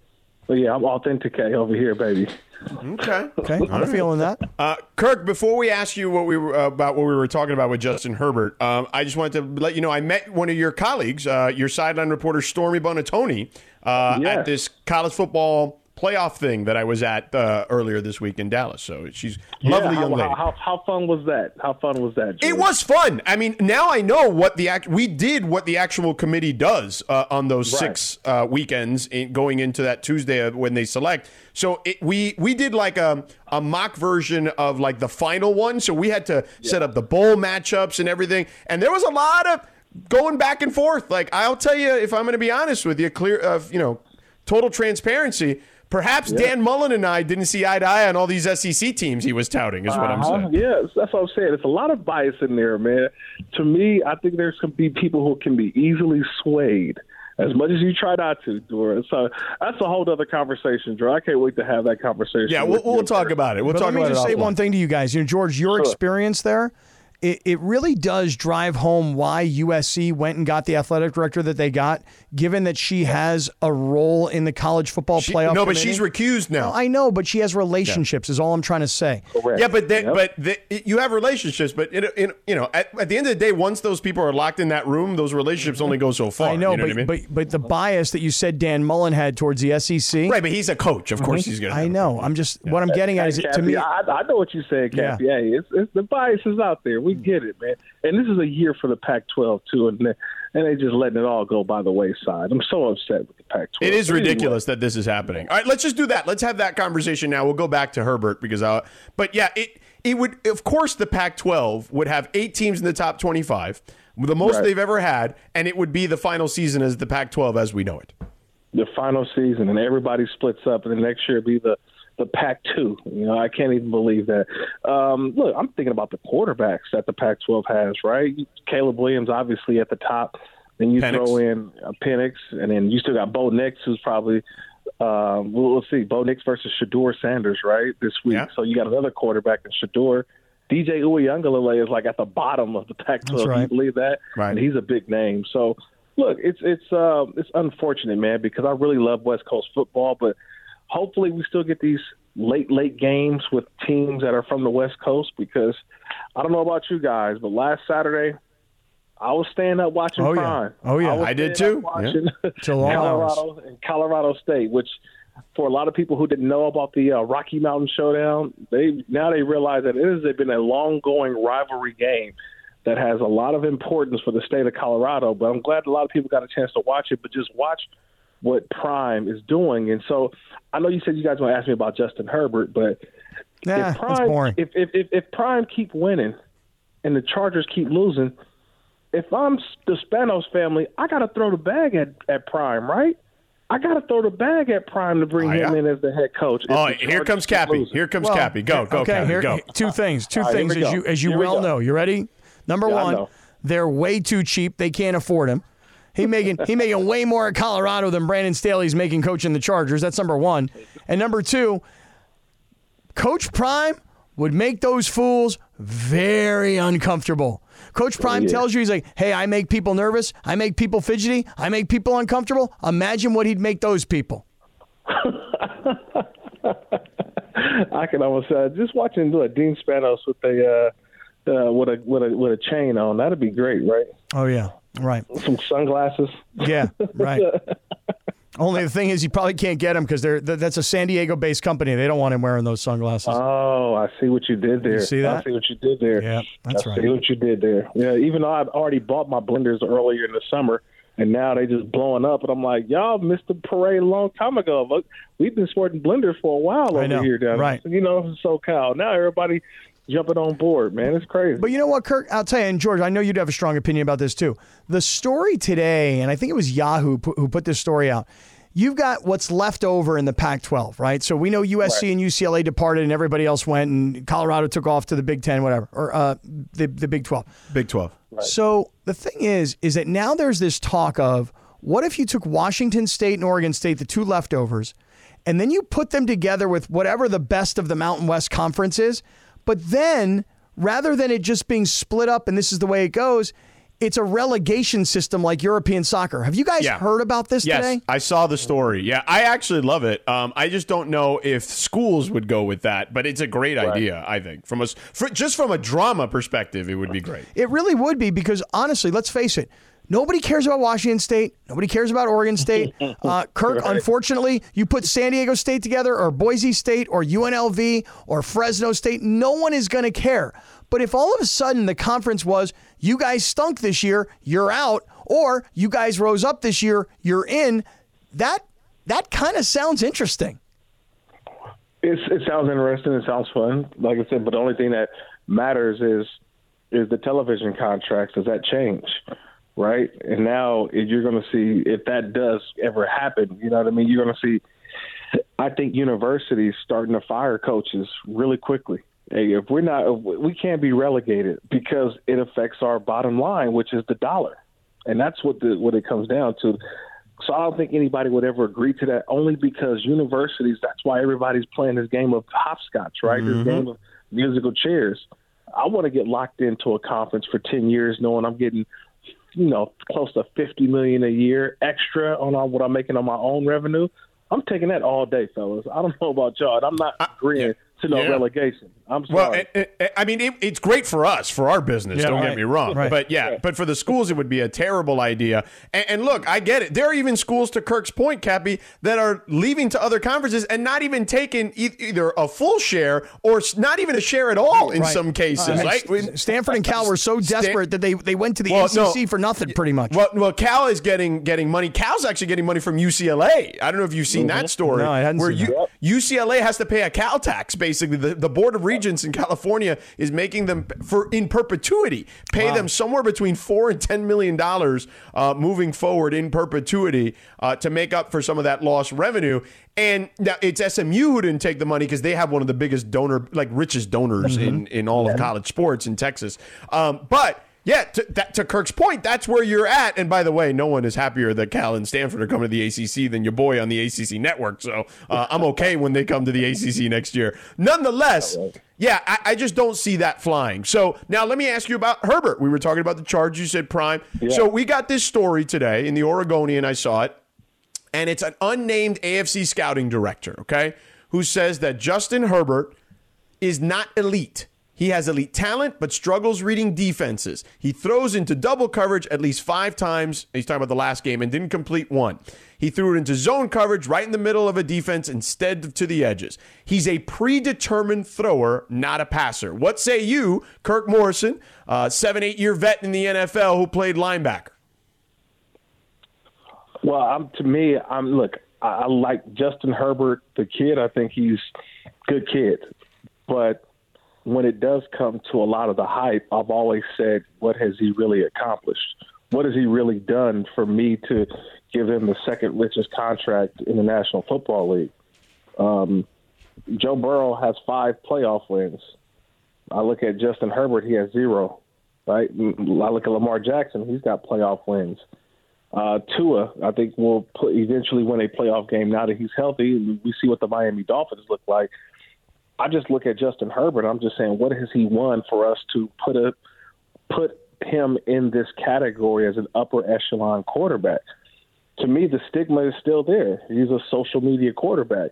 Speaker 7: But yeah, I'm authentic over here, baby.
Speaker 1: Okay.
Speaker 3: Okay, I'm feeling that.
Speaker 1: Uh, Kirk, before we ask you what we were, about what we were talking about with Justin Herbert, um, I just wanted to let you know I met one of your colleagues, uh, your sideline reporter Stormy Bonatoni, uh,
Speaker 7: Yes.
Speaker 1: at this college football playoff thing that I was at uh, earlier this week in Dallas. So she's a lovely
Speaker 7: yeah,
Speaker 1: young
Speaker 7: how,
Speaker 1: lady.
Speaker 7: How, how, how fun was that? How fun was that?
Speaker 1: it
Speaker 7: George?
Speaker 1: was fun. I mean, now I know what the act. We did what the actual committee does uh, on those
Speaker 7: Right.
Speaker 1: six uh, weekends in, going into that Tuesday of when they select. So it, we we did like a a mock version of like the final one. So we had to set up the bowl matchups and everything. And there was a lot of going back and forth. Like I'll tell you, if I'm going to be honest with you, clear, uh, you know, total transparency. Perhaps Dan Mullen and I didn't see eye to eye on all these SEC teams he was touting. Is what I'm
Speaker 7: Uh-huh.
Speaker 1: saying.
Speaker 7: Yes, that's what I'm saying. It's a lot of bias in there, man. To me, I think there's going to be people who can be easily swayed. As much as you try not to, Dora. So that's a whole other conversation, Drew. I can't wait to have that conversation.
Speaker 1: Yeah, we'll,
Speaker 7: with
Speaker 1: we'll
Speaker 7: you.
Speaker 1: talk about it. We'll
Speaker 3: But
Speaker 1: talk
Speaker 3: let me
Speaker 1: about
Speaker 3: just
Speaker 1: it.
Speaker 3: say
Speaker 1: offline.
Speaker 3: one thing to you guys. You know, George, your experience there, it, it really does drive home why USC went and got the athletic director that they got, given that she has a role in the college football
Speaker 1: She-
Speaker 3: playoff.
Speaker 1: no, but
Speaker 3: committee.
Speaker 1: she's recused now.
Speaker 3: I know, but she has relationships. Is all I'm trying to say.
Speaker 7: Correct.
Speaker 1: yeah, but they,
Speaker 7: Yep.
Speaker 1: but the, you have relationships, but it, it, you know, at, at the end of the day, once those people are locked in that room, those relationships only go so far.
Speaker 3: I know,
Speaker 1: you know
Speaker 3: but,
Speaker 1: what I mean?
Speaker 3: but but the bias that you said Dan Mullen had towards the SEC.
Speaker 1: right, but he's a coach. Of course, he's gonna.
Speaker 3: Mm-hmm. I know. I'm just what I'm getting at
Speaker 7: Hey,
Speaker 3: is it, to
Speaker 7: Kathy,
Speaker 3: me.
Speaker 7: I, I know what you're saying, Kathy. Hey, it's, it's, the bias is out there. We get it, man. And this is a year for the Pac-12 too, and they, and they just letting it all go by the wayside. I'm so upset with the Pac-12.
Speaker 1: It is
Speaker 7: Anyway.
Speaker 1: ridiculous that this is happening. All right, let's just do that. Let's have that conversation now. We'll go back to Herbert because I. But yeah, it it would of course the Pac-12 would have eight teams in the top 25, the most
Speaker 7: Right.
Speaker 1: they've ever had, and it would be the final season as the Pac-12 as we know it.
Speaker 7: the final season and everybody splits up and the next year be the the Pac two. You know, I can't even believe that. Um, look, I'm thinking about the quarterbacks that the Pac twelve has, right? Caleb Williams obviously at the top. Then you
Speaker 1: Penix.
Speaker 7: throw in uh, Penix and then you still got Bo Nix who's probably uh, we'll, we'll see. Bo Nix versus Shador Sanders, right, this week.
Speaker 1: Yeah.
Speaker 7: So you got another quarterback in Shador. DJ Uyangalele is like at the bottom of the Pac-12.
Speaker 3: That's right.
Speaker 7: Can you believe that?
Speaker 1: Right.
Speaker 7: And he's a big name. So look, it's it's um it's unfortunate, man, because I really love West Coast football, but hopefully we still get these late late games with teams that are from the West Coast because I don't know about you guys, but last Saturday I was staying up watching
Speaker 1: Oh, yeah.
Speaker 7: Prime.
Speaker 1: Oh, yeah.
Speaker 7: was
Speaker 1: I did
Speaker 7: staying
Speaker 1: too.
Speaker 7: up Watching
Speaker 1: Yeah. Till all
Speaker 7: Colorado and Colorado State, which for a lot of people who didn't know about the uh, Rocky Mountain Showdown, they now they realize that it has been a long going rivalry game that has a lot of importance for the state of Colorado. But I'm glad a lot of people got a chance to watch it. But just watch what Prime is doing. And so I know you said you guys want to ask me about Justin Herbert, but if
Speaker 3: Nah, it's
Speaker 7: Prime
Speaker 3: boring.
Speaker 7: If, if if if Prime keep winning and the Chargers keep losing, if I'm s- the Spanos family, I got to throw the bag at at Prime, right? I got to throw the bag at Prime to bring him in as the head coach. if
Speaker 1: Oh,
Speaker 7: the
Speaker 1: here
Speaker 7: Chargers
Speaker 1: comes
Speaker 7: keep
Speaker 1: Cappy.
Speaker 7: losing.
Speaker 1: Here comes
Speaker 3: Well,
Speaker 1: Cappy. Go, go,
Speaker 3: okay,
Speaker 1: Cappy.
Speaker 3: here,
Speaker 1: go.
Speaker 3: Two things. Two
Speaker 7: All right, here
Speaker 3: things.
Speaker 7: we
Speaker 3: As
Speaker 7: go.
Speaker 3: you as you
Speaker 7: Here we
Speaker 3: well
Speaker 7: go.
Speaker 3: know. You ready? Number
Speaker 7: Yeah, I
Speaker 3: one,
Speaker 7: know.
Speaker 3: they're way too cheap. They can't afford him. He making he making way more at Colorado than Brandon Staley's making coaching the Chargers. That's number one. And number two, Coach Prime would make those fools very uncomfortable.
Speaker 7: Oh,
Speaker 3: Coach Prime tells you he's like, "Hey, I make people nervous. I make people fidgety. I make people uncomfortable. Imagine what he'd make those people."
Speaker 7: I can almost uh, just watching uh, Dean Spanos with the uh, uh, with a with a with a chain on. That'd be great, right?
Speaker 3: Oh yeah, right.
Speaker 7: Some sunglasses.
Speaker 3: Yeah, right. Only the thing is, you probably can't get him because they're th- that's a San Diego-based company. They don't want him wearing those sunglasses.
Speaker 7: Oh, I see what you did there.
Speaker 3: see
Speaker 7: I
Speaker 3: that?
Speaker 7: see what you did there.
Speaker 3: Yeah, that's
Speaker 7: I
Speaker 3: right.
Speaker 7: See what you did there. Yeah, even though I've already bought my blenders earlier in the summer, and now they just blowing up, and I'm like, y'all missed the parade a long time ago. Look, we've been sporting blenders for a while over
Speaker 3: know,
Speaker 7: here down,
Speaker 3: right.
Speaker 7: You know, in SoCal. Now everybody jumping on board, man. It's crazy.
Speaker 3: But you know what, Kirk? I'll tell you, and George, I know you'd have a strong opinion about this too. The story today, and I think it was Yahoo pu- who put this story out. You've got what's left over in the Pac 12, right? So we know USC and UCLA departed and everybody else went, and Colorado took off to the Big 10, whatever, or uh, the, the Big 12.
Speaker 1: Big 12.
Speaker 3: So the thing is, is that now there's this talk of what if you took Washington State and Oregon State, the two leftovers, and then you put them together with whatever the best of the Mountain West Conference is, but then rather than it just being split up and this is the way it goes, it's a relegation system like European soccer. Have you guys
Speaker 1: Yeah.
Speaker 3: heard about this
Speaker 1: yes,
Speaker 3: today?
Speaker 1: I saw the story. Yeah, I actually love it. Um, I just don't know if schools would go with that, but it's a great idea. I think from us, for, just from a drama perspective, it would be great.
Speaker 3: It really would be because honestly, let's face it. Nobody cares about Washington State. Nobody cares about Oregon State. Uh, Kirk, unfortunately, you put San Diego State together or Boise State or UNLV or Fresno State. No one is going to care. But if all of a sudden the conference was, you guys stunk this year, you're out, or you guys rose up this year, you're in, that that kind of sounds interesting.
Speaker 7: It's, it sounds interesting. It sounds fun. Like I said, but the only thing that matters is is the television contracts. Does that change, right? And now if you're going to see if that does ever happen. You know what I mean? You're going to see. I think universities starting to fire coaches really quickly. Hey, if we're not, if we we can't be relegated because it affects our bottom line, which is the dollar, and that's what the what it comes down to. So I don't think anybody would ever agree to that, only because universities. That's why everybody's playing this game of hopscotch, right? This game of musical chairs. I want to get locked into a conference for ten years, knowing I'm getting, you know, close to fifty million a year extra on all- what I'm making on my own revenue. I'm taking that all day, fellas. I don't know about y'all. and I'm not agreeing to no
Speaker 1: yeah.
Speaker 7: relegation. I'm sorry.
Speaker 1: Well, it, it, I mean, it, it's great for us for our business.
Speaker 3: Yeah,
Speaker 1: don't
Speaker 3: right.
Speaker 1: get me wrong,
Speaker 3: Right.
Speaker 1: but yeah, but for the schools, it would be a terrible idea. And, and look, I get it. There are even schools, to Kirk's point, Cappy, that are leaving to other conferences and not even taking e- either a full share or s- not even a share at all in
Speaker 3: Right. Uh,
Speaker 1: some cases.
Speaker 3: I mean,
Speaker 1: right?
Speaker 3: S- Stanford and Cal were so
Speaker 1: Stan-
Speaker 3: desperate that they, they went to the
Speaker 1: Well, no.
Speaker 3: ACC for nothing, pretty much.
Speaker 1: Well, well, Cal is getting getting money. Cal's actually getting money from UCLA. I don't know if you've seen that story.
Speaker 3: Mm-hmm. No, I hadn't
Speaker 1: Where
Speaker 3: seen
Speaker 1: you, UCLA has to pay a Cal tax. Basically, the, the Board of Regents in California is making them for in perpetuity pay them somewhere between four and ten million dollars uh, moving forward in perpetuity uh, to make up for some of that lost revenue. And now it's SMU who didn't take the money because they have one of the biggest donor, like richest donors in in all of college sports in Texas. Um, but Yeah, to, that, to Kirk's point, that's where you're at. And by the way, no one is happier that Cal and Stanford are coming to the ACC than your boy on the ACC network. So uh, I'm okay when they come to the ACC next year. Nonetheless, yeah, I, I just don't see that flying. So now let me ask you about Herbert. We were talking about the charge. You said prime. So we got this story today in the Oregonian. I saw it and it's an unnamed AFC scouting director, okay, who says that Justin Herbert is not elite. He has elite talent, but struggles reading defenses. He throws into double coverage at least five times. He's talking about the last game and didn't complete one. He threw it into zone coverage right in the middle of a defense instead of to the edges. He's a predetermined thrower, not a passer. What say you, Kirk Morrison, uh, seven, eight year vet in the NFL who played linebacker?
Speaker 7: Well, I'm, to me, I'm look. I, I like Justin Herbert, the kid. I think he's good kid, but when it does come to a lot of the hype, I've always said, what has he really accomplished? What has he really done for me to give him the second richest contract in the National Football League? Um, Joe Burrow has five playoff wins. I look at Justin Herbert; he has zero. Right? I look at Lamar Jackson; he's got playoff wins. Uh, Tua, I think, will pl- eventually win a playoff game now that he's healthy. and We see what the Miami Dolphins look like. I just look at Justin Herbert. I'm just saying, what has he won for us to put a put him in this category as an upper echelon quarterback? To me, the stigma is still there. He's a social media quarterback.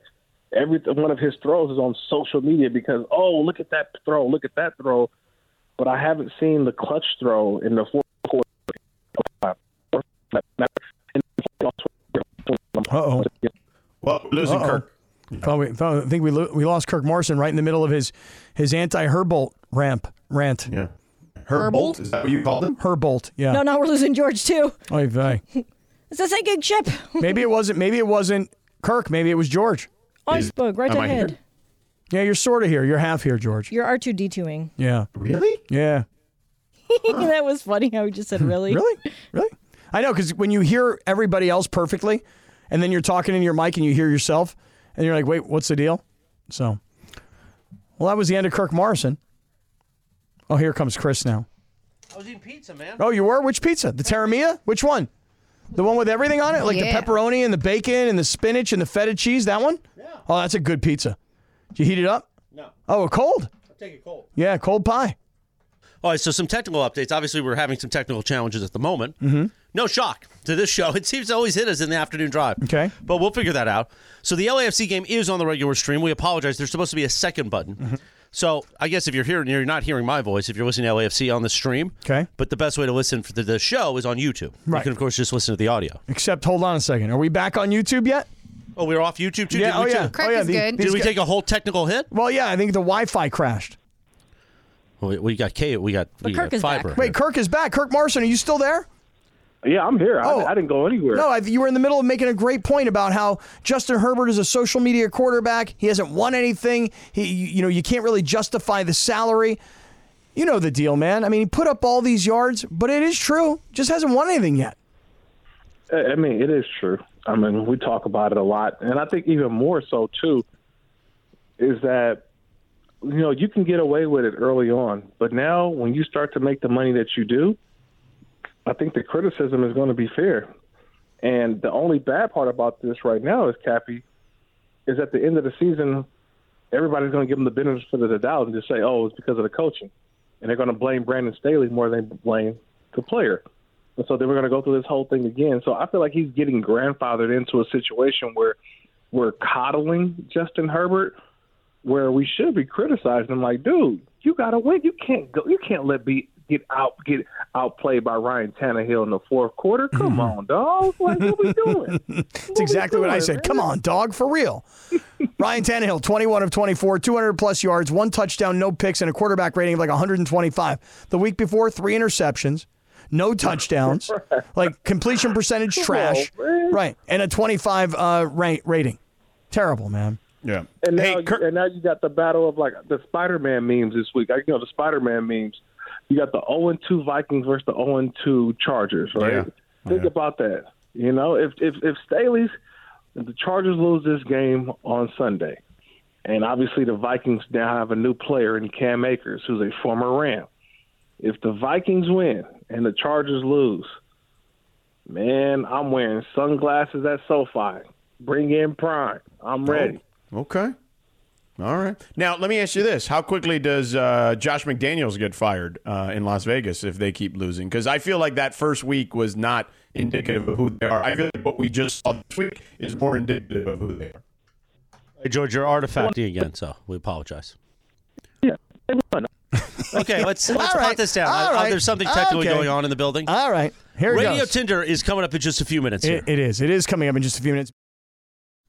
Speaker 7: Every one of his throws is on social media because oh, look at that throw, look at that throw. But I haven't seen the clutch throw in the fourth quarter.
Speaker 3: Uh-oh.
Speaker 1: Well, losing
Speaker 3: Uh-oh.
Speaker 1: Kirk.
Speaker 3: Thought we, thought, I think we lo- we lost Kirk Morrison right in the middle of his his anti Herbolt ramp rant.
Speaker 1: Yeah, Herbolt is that what you called him?
Speaker 3: Herbolt. Yeah.
Speaker 4: No, now we're losing George too.
Speaker 3: Oy vey.
Speaker 4: It's a sinking ship.
Speaker 3: maybe it wasn't. Maybe it wasn't Kirk. Maybe it was George.
Speaker 4: Iceberg right
Speaker 1: Am I
Speaker 4: ahead.
Speaker 1: here?
Speaker 3: Yeah, you're sort of here. You're half here, George.
Speaker 4: You're R two D twoing.
Speaker 3: Yeah.
Speaker 1: Really?
Speaker 3: Yeah.
Speaker 4: that was funny how he just said really.
Speaker 3: Really? Really? I know because when you hear everybody else perfectly, and then you're talking into your mic and you hear yourself, and you're like, "Wait, what's the deal?" So, well, that was the end of Kirk Morrison. Oh, here comes Chris now.
Speaker 2: I was eating pizza, man.
Speaker 3: Oh, you were? Which pizza? The Terramia? Which one? The one with everything on it, like
Speaker 5: Yeah.
Speaker 3: the pepperoni and the bacon and the spinach and the feta cheese. That one? Yeah. Oh, that's a good pizza. Did you heat it up?
Speaker 2: No.
Speaker 3: Oh, cold.
Speaker 2: I'll take it cold.
Speaker 3: Yeah, cold pie.
Speaker 2: All right, so some technical updates. Obviously, we're having some technical challenges at the moment. Mm-hmm. No shock to this show. It seems to always hit us in the afternoon drive.
Speaker 3: Okay.
Speaker 2: But we'll figure that out. So the LAFC game is on the regular stream. We apologize. There's supposed to be a second button. So I guess if you're here and you're not hearing my voice, if you're listening to LAFC on the stream,
Speaker 3: Okay.
Speaker 2: But the best way to listen for the, the show is on YouTube. You
Speaker 3: Right.
Speaker 2: can of course just listen to the audio.
Speaker 3: Except, hold on a second. Are we back on YouTube yet?
Speaker 2: Oh, we were off YouTube too.
Speaker 3: yeah.
Speaker 2: Did
Speaker 3: Oh
Speaker 2: we
Speaker 3: yeah.
Speaker 2: Too?
Speaker 5: Craig
Speaker 3: oh yeah.
Speaker 5: is good.
Speaker 2: Did
Speaker 3: these
Speaker 2: we
Speaker 3: guys-
Speaker 2: take a whole technical hit?
Speaker 3: Well, yeah. I think the Wi-Fi crashed.
Speaker 2: Well, we- we got K. We got, we
Speaker 4: Kirk
Speaker 2: got
Speaker 4: is back.
Speaker 2: fiber.
Speaker 3: Wait, Kirk is back. Kirk Morrison, are you still there?
Speaker 7: Yeah, I'm here.
Speaker 3: Oh.
Speaker 7: I, I didn't go anywhere.
Speaker 3: No, I, you were in the middle of making a great point about how Justin Herbert is a social media quarterback. He hasn't won anything. He, you, you know, you can't really justify the salary. You know the deal, man. I mean, he put up all these yards, but it is true, just hasn't won anything yet.
Speaker 7: I I mean, it is true. I mean, we talk about it a lot, and I think even more so too is that you know you can get away with it early on, but now when you start to make the money that you do, I think the criticism is going to be fair. And the only bad part about this right now is Cappy, is at the end of the season, everybody's going to give him the benefit of the doubt and just say, "Oh, it's because of the coaching," and they're going to blame Brandon Staley more than they blame the player. And so then we're going to go through this whole thing again. So I feel like he's getting grandfathered into a situation where we're coddling Justin Herbert, where we should be criticizing him. Like, dude, you got to win. You can't go. You can't let be get out get outplayed by Ryan Tannehill in the fourth quarter. Come on, dog. Like, what we doing?
Speaker 3: It's exactly what I said. Come on, dog, for real. Ryan Tannehill, 21 of 24, 200 plus yards, one touchdown, no picks, and a quarterback rating of like 125. The week before, three interceptions, no touchdowns, like completion percentage trash,
Speaker 7: man.
Speaker 3: right, and a 25 uh, ra- rating. Terrible, man.
Speaker 1: Yeah.
Speaker 7: And now,
Speaker 1: hey, Kirk.
Speaker 7: and now you got the battle of like the Spider-Man memes this week. I you know the Spider-Man memes. You got the 0 2 Vikings versus the 0 2 Chargers, right?
Speaker 1: Yeah.
Speaker 7: Think about that. You know, if if if Staley's if the Chargers lose this game on Sunday, and obviously the Vikings now have a new player in Cam Akers, who's a former Ram. if the Vikings win and the Chargers lose, man, I'm wearing sunglasses at SoFi. Bring in Prime. I'm ready.
Speaker 1: Okay. All right. Now, let me ask you this: How quickly does uh, Josh McDaniels get fired uh, in Las Vegas if they keep losing? Because I feel like that first week was not indicative of who they are. I feel like what we just saw this week is more indicative of who they are.
Speaker 2: Hey, George, you're artifacting again, so we apologize. Okay, let's, let's
Speaker 3: All right.
Speaker 2: pot this down.
Speaker 3: All
Speaker 2: Uh,
Speaker 3: right.
Speaker 2: There's something technical
Speaker 3: Okay.
Speaker 2: going on in the building.
Speaker 3: All right. Here it
Speaker 2: Radio
Speaker 3: goes.
Speaker 2: Tinder is coming up in just a few minutes. here.
Speaker 3: It- it is. It is coming up in just a few minutes.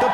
Speaker 6: The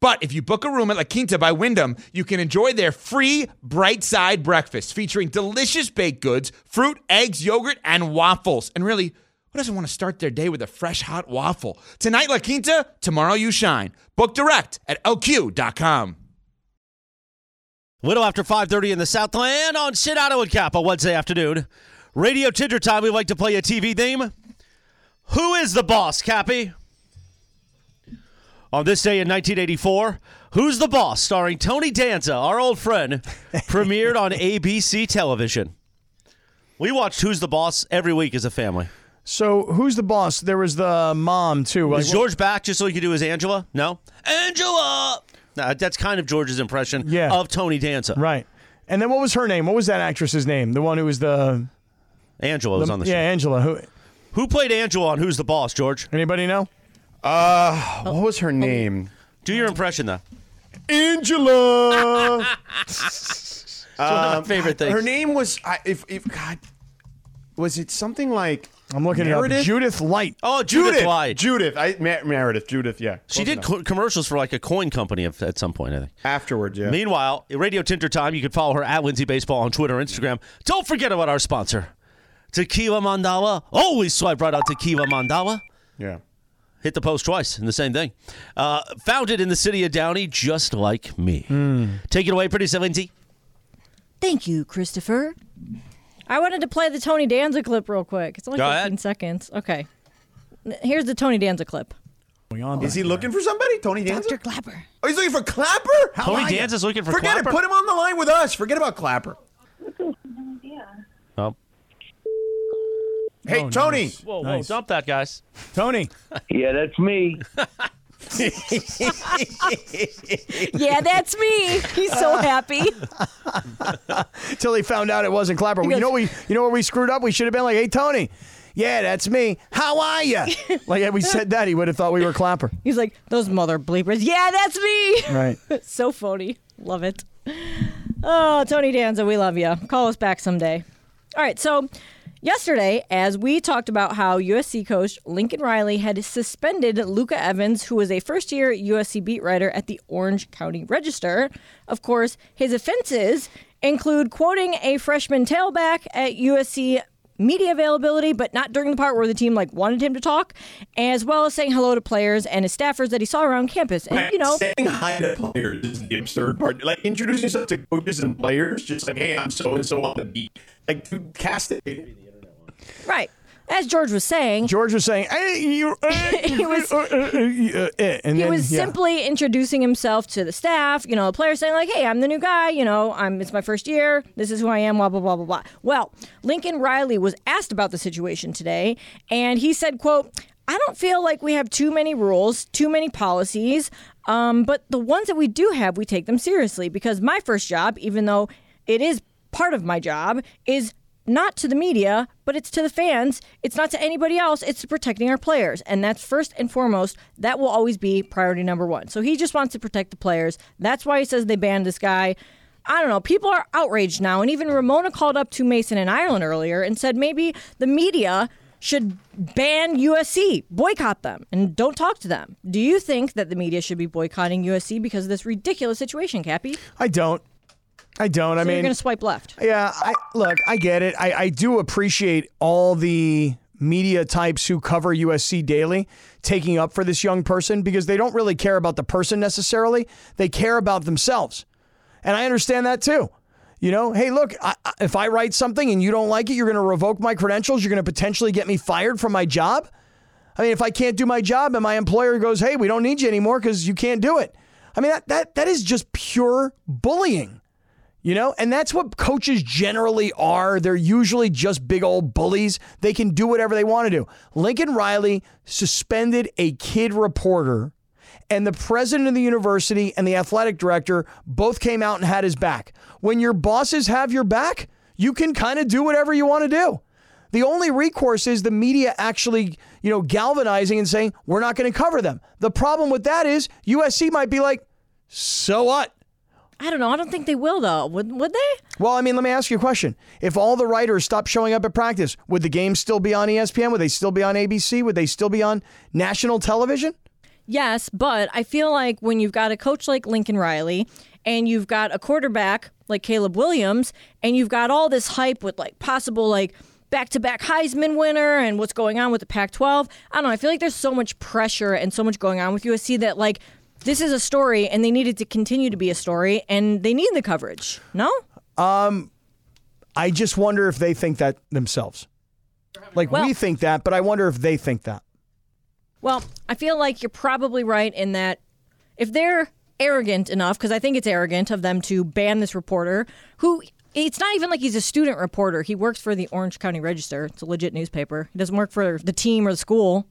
Speaker 8: But if you book a room at La Quinta by Wyndham, you can enjoy their free bright side breakfast featuring delicious baked goods, fruit, eggs, yogurt, and waffles. And really, who doesn't want to start their day with a fresh hot waffle? Tonight, La Quinta, tomorrow, you shine. Book direct at lq.com.
Speaker 2: Little after 5.30 in the Southland on Sit Out and Cap on Wednesday afternoon. Radio Tinder time, we like to play a TV theme. Who is the boss, Cappy? On this day in 1984, Who's the Boss, starring Tony Danza, our old friend, premiered on ABC television. We watched Who's the Boss every week as a family.
Speaker 3: So who's the boss? There was the mom too. Like,
Speaker 2: Is George back just so he could do his Angela? No? Angela! Nah, that's kind of George's impression
Speaker 3: Yeah.
Speaker 2: of Tony Danza.
Speaker 3: Right. And then what was her name? What was that actress's name? The one who was the
Speaker 2: Angela was
Speaker 3: the-
Speaker 2: on the
Speaker 3: yeah
Speaker 2: show.
Speaker 3: Angela. Who
Speaker 2: Who played Angela on Who's the Boss, George?
Speaker 3: anybody know?
Speaker 1: Uh, what was her name?
Speaker 2: Do your impression, though.
Speaker 3: Uh,
Speaker 1: Angela.
Speaker 2: one
Speaker 1: Um,
Speaker 2: of my favorite things.
Speaker 1: Her name was I, if if God was it something like
Speaker 3: I'm looking it
Speaker 1: Meredith?
Speaker 3: up. Judith Light.
Speaker 2: oh, Judith,
Speaker 1: Judith,
Speaker 2: Light.
Speaker 1: Judith, I Ma- Meredith, Judith, yeah.
Speaker 2: she did co- commercials for like a coin company at at some point, I think.
Speaker 1: afterwards, yeah.
Speaker 2: Meanwhile, at Radio Tinder Time, you can follow her at Lindsay Baseball on Twitter and Instagram. Don't forget about our sponsor, Tequila Mandala. Always swipe right on Tequila Mandala.
Speaker 1: yeah.
Speaker 2: Hit the post twice in the same thing. Uh, founded in the city of Downey, just like me.
Speaker 3: Hmm.
Speaker 2: Take it away, producer Lindsay.
Speaker 4: Thank you, Christopher. I wanted to play the Tony Danza clip real quick. It's only
Speaker 2: Go
Speaker 4: 15
Speaker 2: ahead.
Speaker 4: seconds. Okay. N- Here's the Tony Danza clip.
Speaker 1: Is he looking for somebody? Tony Danza?
Speaker 5: Dr. Clapper.
Speaker 1: Oh, he's looking for Clapper? How
Speaker 2: Tony
Speaker 1: are ya?
Speaker 2: Danza's looking for
Speaker 1: Forget
Speaker 2: Clapper?
Speaker 1: it. Put him on the line with us. Forget about Clapper.
Speaker 2: Oh.
Speaker 1: Hey, Tony.
Speaker 2: Whoa, whoa, dump that, guys.
Speaker 3: Tony.
Speaker 7: Yeah, that's me.
Speaker 4: Yeah, that's me. He's so happy.
Speaker 3: Till he found out it wasn't Clapper. You know we you know where we screwed up. We should have been like, hey Tony. Yeah, that's me. How are you? like had we said that, he would have thought we were Clapper.
Speaker 4: He's like, those mother bleepers. Yeah, that's me.
Speaker 3: Right.
Speaker 4: so phony. Love it. Oh, Tony Danza, we love you. Call us back someday. All right, so yesterday, as we talked about how USC coach Lincoln Riley had suspended Luca Evans, who was a first year USC beat writer at the Orange County Register. Of course, his offenses include quoting a freshman tailback at USC media availability, but not during the part where the team like wanted him to talk, as well as saying hello to players and his staffers that he saw around campus. And you know,
Speaker 1: saying hi to players is the absurd part. Like introducing yourself to coaches and players, just like, hey, I'm so and so on the beat. Like, dude, cast it.
Speaker 4: right. As George was saying,
Speaker 3: George was saying, hey, you.
Speaker 4: He was-
Speaker 3: uh, uh, uh, uh, and
Speaker 4: he
Speaker 3: then,
Speaker 4: was
Speaker 3: yeah.
Speaker 4: simply introducing himself to the staff, you know, the players saying like, "Hey, I'm the new guy. You know, I'm it's my first year. This is who I am." Blah blah blah blah blah. Well, Lincoln Riley was asked about the situation today, and he said, "quote I don't feel like we have too many rules, too many policies, um, but the ones that we do have, we take them seriously because my first job, even though it is part of my job, is." Not to the media, but it's to the fans. It's not to anybody else. It's to protecting our players. And that's first and foremost. That will always be priority number one. So he just wants to protect the players. That's why he says they banned this guy. I don't know. People are outraged now. And even Ramona called up to Mason in Ireland earlier and said maybe the media should ban USC, boycott them, and don't talk to them. Do you think that the media should be boycotting USC because of this ridiculous situation, Cappy?
Speaker 3: I don't. I don't. I
Speaker 4: so
Speaker 3: mean,
Speaker 4: you're going to swipe left.
Speaker 3: Yeah, I look, I get it. I, I do appreciate all the media types who cover USC daily taking up for this young person because they don't really care about the person necessarily. They care about themselves. And I understand that too. You know, hey, look, I, I- if I write something and you don't like it, you're going to revoke my credentials. You're going to potentially get me fired from my job. I mean, if I can't do my job and my employer goes, hey, we don't need you anymore because you can't do it. I mean, that, that, that is just pure bullying. You know, and that's what coaches generally are. They're usually just big old bullies. They can do whatever they want to do. Lincoln Riley suspended a kid reporter, and the president of the university and the athletic director both came out and had his back. When your bosses have your back, you can kind of do whatever you want to do. The only recourse is the media actually, you know, galvanizing and saying, we're not going to cover them. The problem with that is USC might be like, so what?
Speaker 4: I don't know. I don't think they will, though. Would, would they?
Speaker 3: Well, I mean, let me ask you a question. If all the writers stopped showing up at practice, would the game still be on E ESPN? Would they still be on ABC? Would they still be on national television?
Speaker 4: Yes, but I feel like when you've got a coach like Lincoln Riley and you've got a quarterback like Caleb Williams and you've got all this hype with like possible like back-to-back Heisman winner and what's going on with the Pac-12, I don't know, I feel like there's so much pressure and so much going on with USC that like this is a story and they need it to continue to be a story and they need the coverage. No?
Speaker 3: Um, I just wonder if they think that themselves. Like we think that, but I wonder if they think that.
Speaker 4: Well, I feel like you're probably right in that if they're arrogant enough, because I think it's arrogant of them to ban this reporter who. It's not even like he's a student reporter. He works for the Orange County Register. It's a legit newspaper. He doesn't work for the team or the school.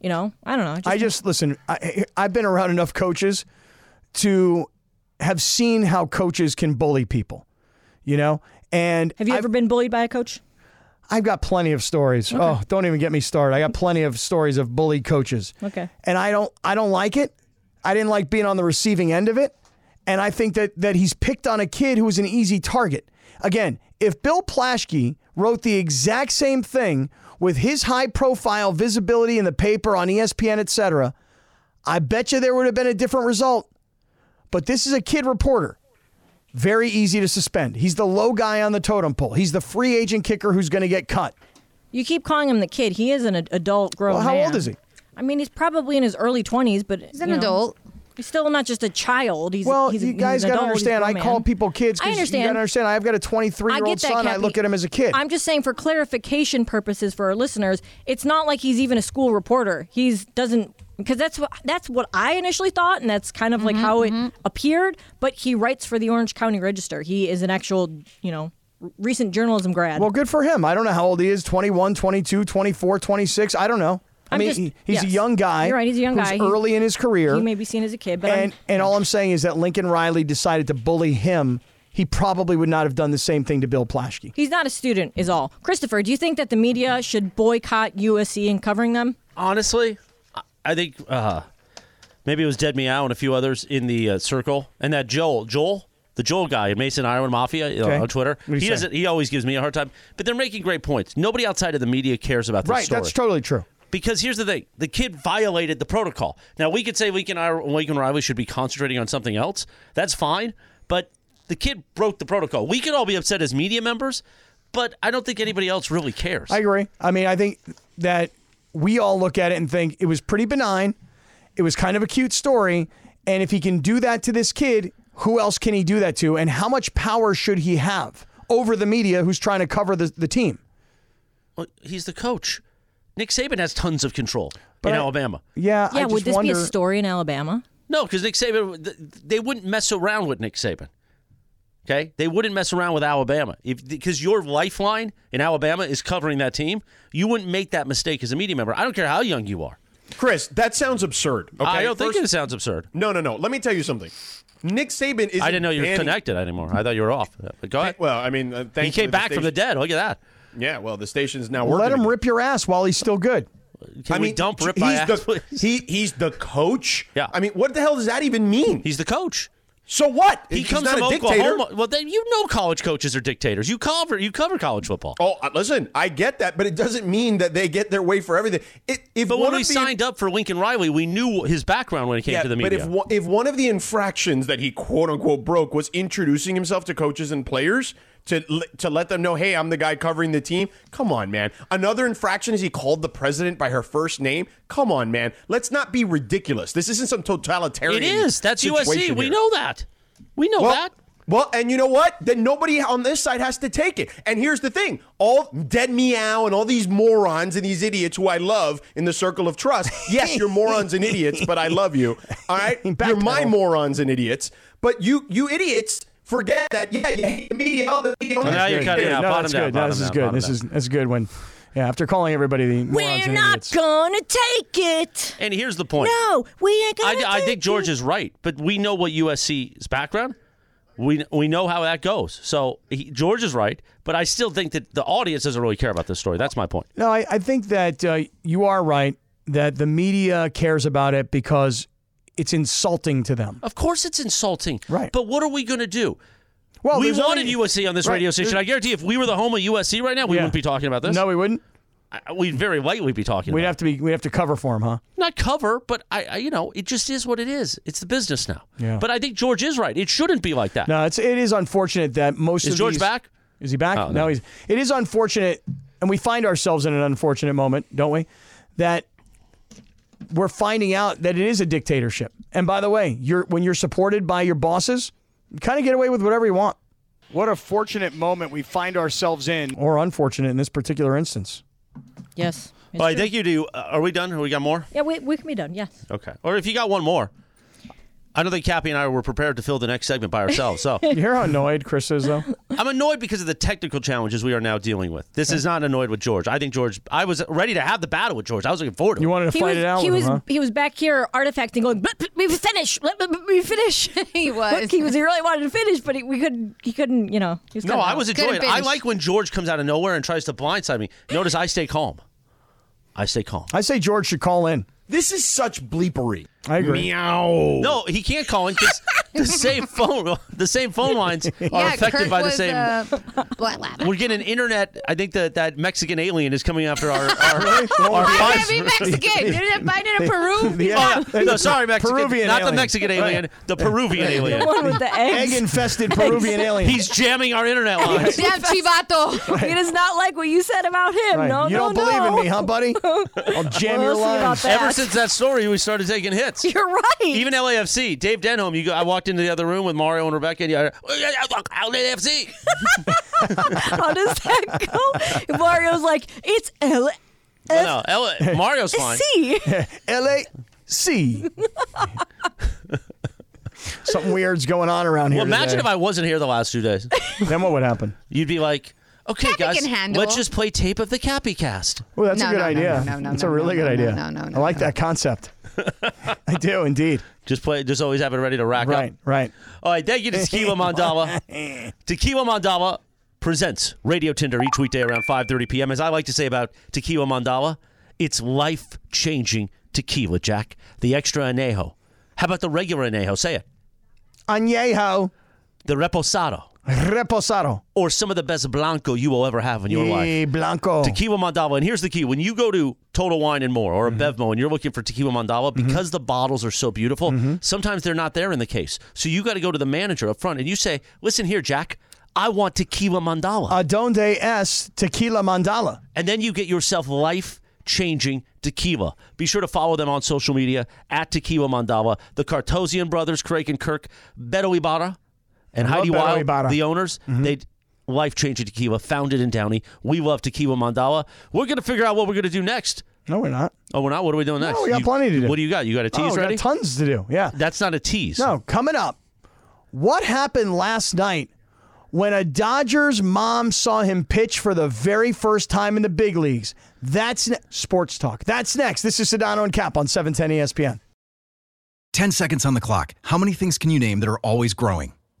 Speaker 4: You know, I don't know.
Speaker 3: I just listen. I, I've been around enough coaches to have seen how coaches can bully people. You know, and
Speaker 4: have you ever been bullied by a coach?
Speaker 3: I've got plenty of stories. Oh, don't even get me started. I got plenty of stories of bullied coaches.
Speaker 4: Okay.
Speaker 3: and I don't I don't like it. I didn't like being on the receiving end of it, and I think that that he's picked on a kid who was an easy target. Again, if Bill Plaschke wrote the exact same thing with his high profile visibility in the paper on E ESPN, etc., I bet you there would have been a different result. But this is a kid reporter. Very easy to suspend. He's the low guy on the totem pole. He's the free agent kicker who's going to get cut.
Speaker 4: You keep calling him the kid. He is an ad- adult grown
Speaker 3: Well, how
Speaker 4: man.
Speaker 3: old is he?
Speaker 4: I mean, he's probably in his early 20s, but he's
Speaker 5: an adult.
Speaker 4: He's still not just a child. He's,
Speaker 3: Well,
Speaker 4: he's,
Speaker 3: you
Speaker 4: he's
Speaker 3: guys
Speaker 4: an
Speaker 3: got to
Speaker 4: adult. He's a
Speaker 3: understand. I
Speaker 4: grown
Speaker 3: call
Speaker 4: man.
Speaker 3: people kids. 'cause
Speaker 4: I
Speaker 3: You got
Speaker 4: understand.
Speaker 3: to understand. I've got a 23 year
Speaker 4: I
Speaker 3: old
Speaker 4: get that,
Speaker 3: son. I
Speaker 4: Cappy.
Speaker 3: look at him as a kid.
Speaker 4: I'm just saying for clarification purposes for our listeners, it's not like he's even a school reporter. He's doesn't because that's what that's what I initially thought, and that's kind of like how it appeared. But he writes for the Orange County Register. He is an actual, you know, r- recent journalism grad.
Speaker 3: well, good for him. I don't know how old he is 21, 22, 24, 26. I don't know. I
Speaker 4: I'm
Speaker 3: mean,
Speaker 4: just-
Speaker 3: he- he's a
Speaker 4: yes.
Speaker 3: young guy.
Speaker 4: You're right, he's a young
Speaker 3: who's
Speaker 4: guy. He-
Speaker 3: early in his career.
Speaker 4: he may be seen as a kid, but I'm-
Speaker 3: and, and all I'm saying is that Lincoln Riley decided to bully him. He probably would not have done the same thing to Bill Plaschke.
Speaker 4: he's not a student, is all. Christopher, do you think that the media should boycott USC in covering them?
Speaker 2: Honestly, I- I think uh, maybe it was Dead Meow and a few others in the uh, circle, and that Joel, Joel, the Joel guy, Mason Iron Mafia you know,
Speaker 3: Okay.
Speaker 2: on Twitter.
Speaker 3: What'd he
Speaker 2: He
Speaker 3: say?
Speaker 2: doesn't. He always gives me a hard time, but they're making great points. Nobody outside of the media cares about this
Speaker 3: Right.
Speaker 2: story.
Speaker 3: That's totally true.
Speaker 2: Because here's the thing: the kid violated the protocol. Now we could say Lincoln, Ir- Lincoln Riley should be concentrating on something else. That's fine, but the kid broke the protocol. We could all be upset as media members, but I don't think anybody else really cares.
Speaker 3: I agree. I mean, I think that we all look at it and think it was pretty benign. It was kind of a cute story. And if he can do that to this kid, who else can he do that to? And how much power should he have over the media who's trying to cover the, the team?
Speaker 2: Well, he's the coach. Nick Saban has tons of control in
Speaker 3: I-
Speaker 2: Alabama.
Speaker 3: Yeah. I
Speaker 4: yeah, would
Speaker 3: just
Speaker 4: this
Speaker 3: wonder,
Speaker 4: be a story in Alabama?
Speaker 2: No, because Nick Saban, th- they wouldn't mess around with Nick Saban. Okay, they wouldn't mess around with Alabama if because your lifeline in Alabama is covering that team. You wouldn't make that mistake as a media member. I don't care how young you are.
Speaker 1: Chris, that sounds absurd. Okay,
Speaker 2: I don't think
Speaker 1: First-
Speaker 2: it sounds absurd.
Speaker 1: No, no, no. Let me tell you something. Nick Saban is.
Speaker 2: I didn't know you were connected anymore. I thought you were off. But go ahead.
Speaker 1: Well, I mean, uh,
Speaker 2: He
Speaker 1: thankfully
Speaker 2: came back from the
Speaker 1: station-
Speaker 2: dead. Look at
Speaker 1: Yeah, well, the station's now working.
Speaker 3: Let him
Speaker 1: again.
Speaker 3: rip your ass while he's still good.
Speaker 2: that. Can
Speaker 1: I
Speaker 2: we
Speaker 1: mean,
Speaker 2: dump Rip
Speaker 1: he's
Speaker 2: by ass?
Speaker 1: the, he, he's the coach.
Speaker 2: Yeah.
Speaker 1: I mean, what the hell does that even mean?
Speaker 2: He's the coach.
Speaker 1: So what?
Speaker 2: He
Speaker 1: He's
Speaker 2: comes
Speaker 1: not
Speaker 2: from
Speaker 1: a dictator.
Speaker 2: Oklahoma. Well, then you know college coaches are dictators. You cover you cover college football.
Speaker 1: Oh, uh, listen, I get that, but it doesn't mean that they get their way for everything. It, if
Speaker 2: But when
Speaker 1: one
Speaker 2: we
Speaker 1: of the-
Speaker 2: signed up for Lincoln Riley, we knew his background when it came
Speaker 1: Yeah,
Speaker 2: to the media.
Speaker 1: But if one, if one of the infractions that he quote unquote broke was introducing himself to coaches and players to l- to let them know, hey, I'm the guy covering the team. Come on, man. Another infraction is he called the president by her first name. Come on, man. Let's not be ridiculous. This isn't some totalitarian.
Speaker 2: it is. That's USC.
Speaker 1: situation
Speaker 2: We
Speaker 1: here.
Speaker 2: know that. We know
Speaker 1: well,
Speaker 2: that.
Speaker 1: Well, and you know what? Then nobody on this side has to take it. And here's the thing: all dead meow and all these morons and these idiots who I love in the circle of trust. Yes, you're morons and idiots, but I love you. All right, you're my morons and idiots, but you you idiots forget that. Yeah, you hate the media. All the media.
Speaker 2: Now you're cutting
Speaker 3: Yeah,
Speaker 2: out.
Speaker 3: no,
Speaker 2: Bottom
Speaker 3: that's
Speaker 2: down,
Speaker 3: good. No,
Speaker 2: bottom
Speaker 3: this is
Speaker 2: down,
Speaker 3: good.
Speaker 2: bottom
Speaker 3: This
Speaker 2: down.
Speaker 3: is that's good when, yeah. After calling everybody the morons
Speaker 4: We're
Speaker 3: and
Speaker 4: not
Speaker 3: idiots.
Speaker 4: gonna take it.
Speaker 2: And here's the point.
Speaker 4: No, we ain't gonna.
Speaker 2: I, I
Speaker 4: take
Speaker 2: think George
Speaker 4: it.
Speaker 2: is right, but we know what USC's background. We we know how that goes. So he, George is right, but I still think that the audience doesn't really care about this story. That's my point.
Speaker 3: No, I, I think that uh, you are right that the media cares about it because it's insulting to them.
Speaker 2: Of course, it's insulting.
Speaker 3: Right.
Speaker 2: But what are we going to do?
Speaker 3: Well,
Speaker 2: we
Speaker 3: there's
Speaker 2: wanted
Speaker 3: only-
Speaker 2: USC on this
Speaker 3: Right.
Speaker 2: radio station. I guarantee, if we were the home of USC right now, we
Speaker 3: Yeah.
Speaker 2: wouldn't be talking about this.
Speaker 3: No, we wouldn't.
Speaker 2: I- we'd very lightly be talking.
Speaker 3: We'd
Speaker 2: about
Speaker 3: have to be. We'd have to cover for him, huh?
Speaker 2: it. not cover, but I, I, you know, it just is what it is. It's the business now.
Speaker 3: Yeah.
Speaker 2: But I think George is right. It shouldn't be like that.
Speaker 3: No, it's it is unfortunate that most
Speaker 2: Is
Speaker 3: of
Speaker 2: George
Speaker 3: these-
Speaker 2: back?
Speaker 3: Is he back?
Speaker 2: Oh,
Speaker 3: no.
Speaker 2: no.
Speaker 3: he's. It is unfortunate, and we find ourselves in an unfortunate moment, don't we? That we're finding out that it is a dictatorship. And by the way, you're when you're supported by your bosses, you kind of get away with whatever you want. What a fortunate moment we find ourselves in, or unfortunate in this particular instance.
Speaker 4: Yes. it's
Speaker 2: Well, I
Speaker 4: true.
Speaker 2: think you do. Uh, are we done? Or we got more?
Speaker 4: Yeah, we, we can be done. Yes.
Speaker 2: Okay. Or if you got one more. I don't think Cappy and I were prepared to fill the next segment by ourselves. So
Speaker 3: You hear how annoyed Chris is, though.
Speaker 2: I'm annoyed because of the technical challenges we are now dealing with. This is not annoyed with George. I think George, I was ready to have the battle with George. I was looking forward to
Speaker 3: You
Speaker 2: it.
Speaker 3: wanted to
Speaker 4: He
Speaker 3: fight
Speaker 4: was
Speaker 3: it out
Speaker 4: he
Speaker 3: with
Speaker 4: was
Speaker 3: him, huh?
Speaker 4: he was back here artifacting, going, but, but we finish, let but- but we finish.
Speaker 5: He was.
Speaker 4: Look, he was he really wanted to finish, but he, we couldn't. He couldn't. You know. He was
Speaker 2: no,
Speaker 4: kinda
Speaker 2: I
Speaker 4: out.
Speaker 2: was
Speaker 5: Could've
Speaker 2: enjoying it. I
Speaker 5: finished.
Speaker 2: like when George comes out of nowhere and tries to blindside me. Notice I stay calm. I stay calm.
Speaker 3: I say George should call in.
Speaker 1: This is such bleepery.
Speaker 3: I agree.
Speaker 5: Oh.
Speaker 1: Meow.
Speaker 2: No, he can't call in because the same phone, the same phone lines are
Speaker 5: yeah,
Speaker 2: affected
Speaker 5: Kurt
Speaker 2: by the
Speaker 5: was,
Speaker 2: same.
Speaker 5: uh, blah, blah, blah.
Speaker 2: we're getting internet. I think that that Mexican alien is coming after our our, our
Speaker 5: Why
Speaker 2: five-
Speaker 5: can't it be Mexican? Didn't it find it in Peru?
Speaker 2: Oh, yeah. No, sorry, Mexican.
Speaker 3: Peruvian
Speaker 2: not
Speaker 3: alien.
Speaker 2: the Mexican alien, the Peruvian
Speaker 4: the
Speaker 2: alien.
Speaker 4: one with the eggs.
Speaker 3: Egg infested Peruvian alien.
Speaker 2: He's jamming our internet lines.
Speaker 5: Damn Chivato.
Speaker 4: He does not like what you said about him.
Speaker 3: Right.
Speaker 4: No,
Speaker 3: you
Speaker 4: no,
Speaker 3: don't believe
Speaker 4: no.
Speaker 3: in me, huh, buddy? I'll jam
Speaker 4: We'll
Speaker 3: your
Speaker 4: see about
Speaker 3: lines.
Speaker 4: that.
Speaker 2: Ever since that story, we started taking hits.
Speaker 4: You're right.
Speaker 2: Even LAFC, Dave Denholm. You, go, I walked into the other room with Mario and Rebecca, and you out LAFC.
Speaker 4: How does that go? Mario's like, it's L.
Speaker 2: Well, no, L- Uh, Mario's fine.
Speaker 4: C.
Speaker 3: L.A. C. Something weird's going on around here.
Speaker 2: Well, imagine
Speaker 3: today.
Speaker 2: if I wasn't here the last two days.
Speaker 3: Then what would happen?
Speaker 2: You'd be like, okay,
Speaker 5: Cappy
Speaker 2: guys,
Speaker 5: can handle.
Speaker 2: let's just play tape of the Cappy Cast.
Speaker 3: Well, that's
Speaker 5: No,
Speaker 3: a good
Speaker 5: no, no,
Speaker 3: idea.
Speaker 5: no, no, no,
Speaker 3: that's
Speaker 5: no,
Speaker 3: a really
Speaker 5: no,
Speaker 3: good
Speaker 5: no,
Speaker 3: idea.
Speaker 5: no, no, no,
Speaker 3: I like
Speaker 5: no.
Speaker 3: that concept. I do indeed.
Speaker 2: Just play. Just always have it ready to rack
Speaker 3: Right,
Speaker 2: up.
Speaker 3: right.
Speaker 2: All right, thank you to Tequila Mandala. Tequila Mandala presents Radio Tinder each weekday around 5:30 p.m. As I like to say about Tequila Mandala, it's life-changing tequila, Jack. The extra anejo. How about the regular anejo? Say it.
Speaker 3: Añejo
Speaker 2: The reposado,
Speaker 3: reposado
Speaker 2: or some of the best blanco you will ever have in your life.
Speaker 3: y blanco.
Speaker 2: Tequila Mandala. And here's the key when you go to Total Wine and More or a Bevmo and you're looking for Tequila Mandala, because the bottles are so beautiful, sometimes they're not there in the case. So you got to go to the manager up front and you say, listen here, Jack, I want Tequila Mandala.
Speaker 3: Uh, Adonde es tequila mandala?
Speaker 2: and then you get yourself life changing tequila. Be sure to follow them on social media at Tequila Mandala, the Cartosian brothers, Craig and Kirk, Beto Ibarra, and
Speaker 3: love
Speaker 2: Heidi
Speaker 3: Beto
Speaker 2: Wild,
Speaker 3: Ibarra. Mm-hmm.
Speaker 2: the owners. They life changing tequila, founded in Downey. We love Tequila Mandala. We're going to figure out what we're going to do next.
Speaker 3: No, we're not.
Speaker 2: Oh, we're not. What are we doing next?
Speaker 3: we got
Speaker 2: You-
Speaker 3: plenty to do.
Speaker 2: What do you got? You got a
Speaker 3: oh,
Speaker 2: tease
Speaker 3: we
Speaker 2: ready?
Speaker 3: got tons to do. Yeah.
Speaker 2: That's not a tease.
Speaker 3: No, coming up, what happened last night when a Dodgers mom saw him pitch for the very first time in the big leagues? That's ne- sports talk. That's next. This is Sedano and Cap on E 710 ESPN.
Speaker 6: 10 seconds on the clock. How many things can you name that are always growing?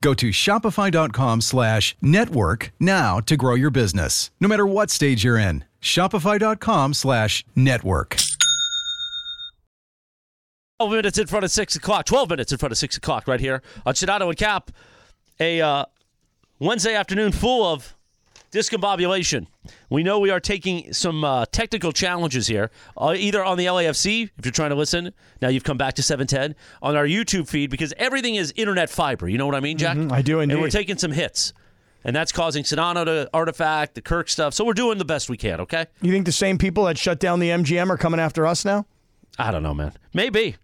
Speaker 6: Go to shopify.com slash network now to grow your business, no matter what stage you're in. Shopify.com slash network.
Speaker 2: 12 minutes in front of 6 o'clock, 12 minutes in front of 6 o'clock right here on Shadano and Cap. A uh, Wednesday afternoon full of discombobulation. We know we are taking some uh, technical challenges here, uh, either on the LAFC, if you're trying to listen, now you've come back to 710, on our YouTube feed, because everything is internet fiber. You know what I mean, Jack?
Speaker 3: Mm-hmm. I do
Speaker 2: And we're
Speaker 3: indeed.
Speaker 2: taking some hits. And that's causing Sedano to artifact, the Kirk stuff. So we're doing the best we can, okay?
Speaker 3: You think the same people that shut down the MGM are coming after us now?
Speaker 2: I don't know, man. Maybe.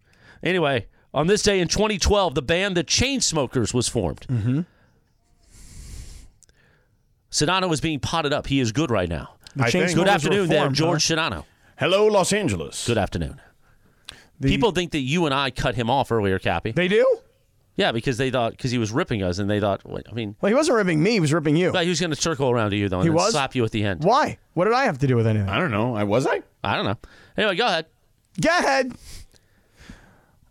Speaker 2: Anyway, on this day in 2012, the band The Chainsmokers was formed. Mm-hmm. Sedano is being potted up. He is good right now.
Speaker 1: The I think.
Speaker 2: Good
Speaker 1: Chainsmokers
Speaker 2: afternoon,
Speaker 1: were
Speaker 2: there,
Speaker 1: formed,
Speaker 2: George Sedano.
Speaker 1: Hello, Los Angeles.
Speaker 2: Good afternoon. People think that you and I cut him off earlier, Cappy.
Speaker 3: They do?
Speaker 2: Yeah, because they thought because he was ripping us, and they thought, wait, I mean,
Speaker 3: Well, he wasn't ripping me; he was ripping you.
Speaker 2: but he was going to circle around to you though, and
Speaker 3: He
Speaker 2: then
Speaker 3: was?
Speaker 2: slap you at the end.
Speaker 3: Why? What did I have to do with anything?
Speaker 1: I don't know. I was I.
Speaker 2: I don't know. Anyway, go ahead.
Speaker 3: Go ahead.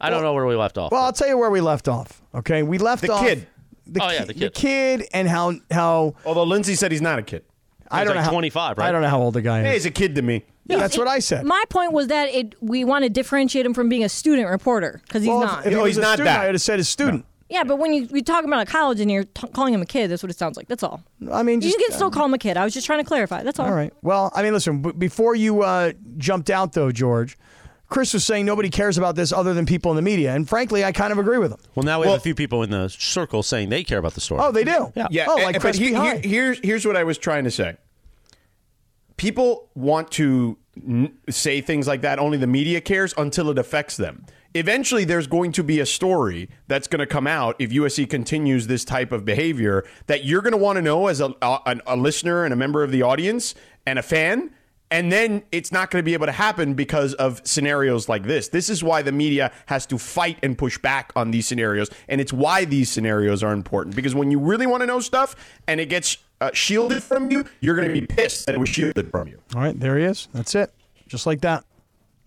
Speaker 2: I don't know where we left off.
Speaker 3: Well, I'll tell you where we left off. Okay, we left
Speaker 1: The
Speaker 3: off
Speaker 1: kid.
Speaker 3: The
Speaker 2: Oh, yeah,
Speaker 3: ki-
Speaker 2: the
Speaker 3: The
Speaker 2: kid.
Speaker 3: kid and how how
Speaker 1: Although Lindsay said he's not a kid.
Speaker 3: I
Speaker 2: He's
Speaker 3: don't
Speaker 2: like
Speaker 3: know how
Speaker 2: 25, right?
Speaker 3: I don't know how old the guy
Speaker 1: Hey,
Speaker 3: is.
Speaker 1: he's a kid to me.
Speaker 3: That's what I said.
Speaker 4: My point was that it we want to differentiate him from being a student reporter because he's
Speaker 3: Well, if-
Speaker 4: not.
Speaker 3: If, he
Speaker 1: No,
Speaker 2: Oh,
Speaker 3: was
Speaker 1: Oh, he's
Speaker 3: a
Speaker 1: not
Speaker 3: student,
Speaker 1: that.
Speaker 3: I would have said his student.
Speaker 4: yeah, but when you you talk about a college and you're t- calling him a kid, that's what it sounds like. That's all.
Speaker 3: I mean, just, uh,
Speaker 4: you can still call him a kid. I was just trying to clarify. That's all.
Speaker 3: All right. Well, I mean, listen, b- before you uh, jumped out, though, George, Chris was saying nobody cares about this other than people in the media. And frankly, I kind of agree with him.
Speaker 2: Well, now we have a few people in the circle saying they care about the story.
Speaker 3: Oh, they do?
Speaker 1: Yeah. a-
Speaker 3: Oh, like
Speaker 1: but
Speaker 3: Chris
Speaker 1: he- he-
Speaker 3: P. High.
Speaker 1: here's here's what I was trying to say. People want to n- say things like that. Only the media cares until it affects them. Eventually, there's going to be a story that's going to come out if USC continues this type of behavior that you're going to want to know as a, a, an- a listener and a member of the audience and a fan. And then it's not going to be able to happen because of scenarios like this. This is why the media has to fight and push back on these scenarios. And it's why these scenarios are important because when you really want to know stuff and it gets uh, shielded from you, you're going to be pissed that it was shielded from you.
Speaker 3: All right, there he is. That's it. Just like that.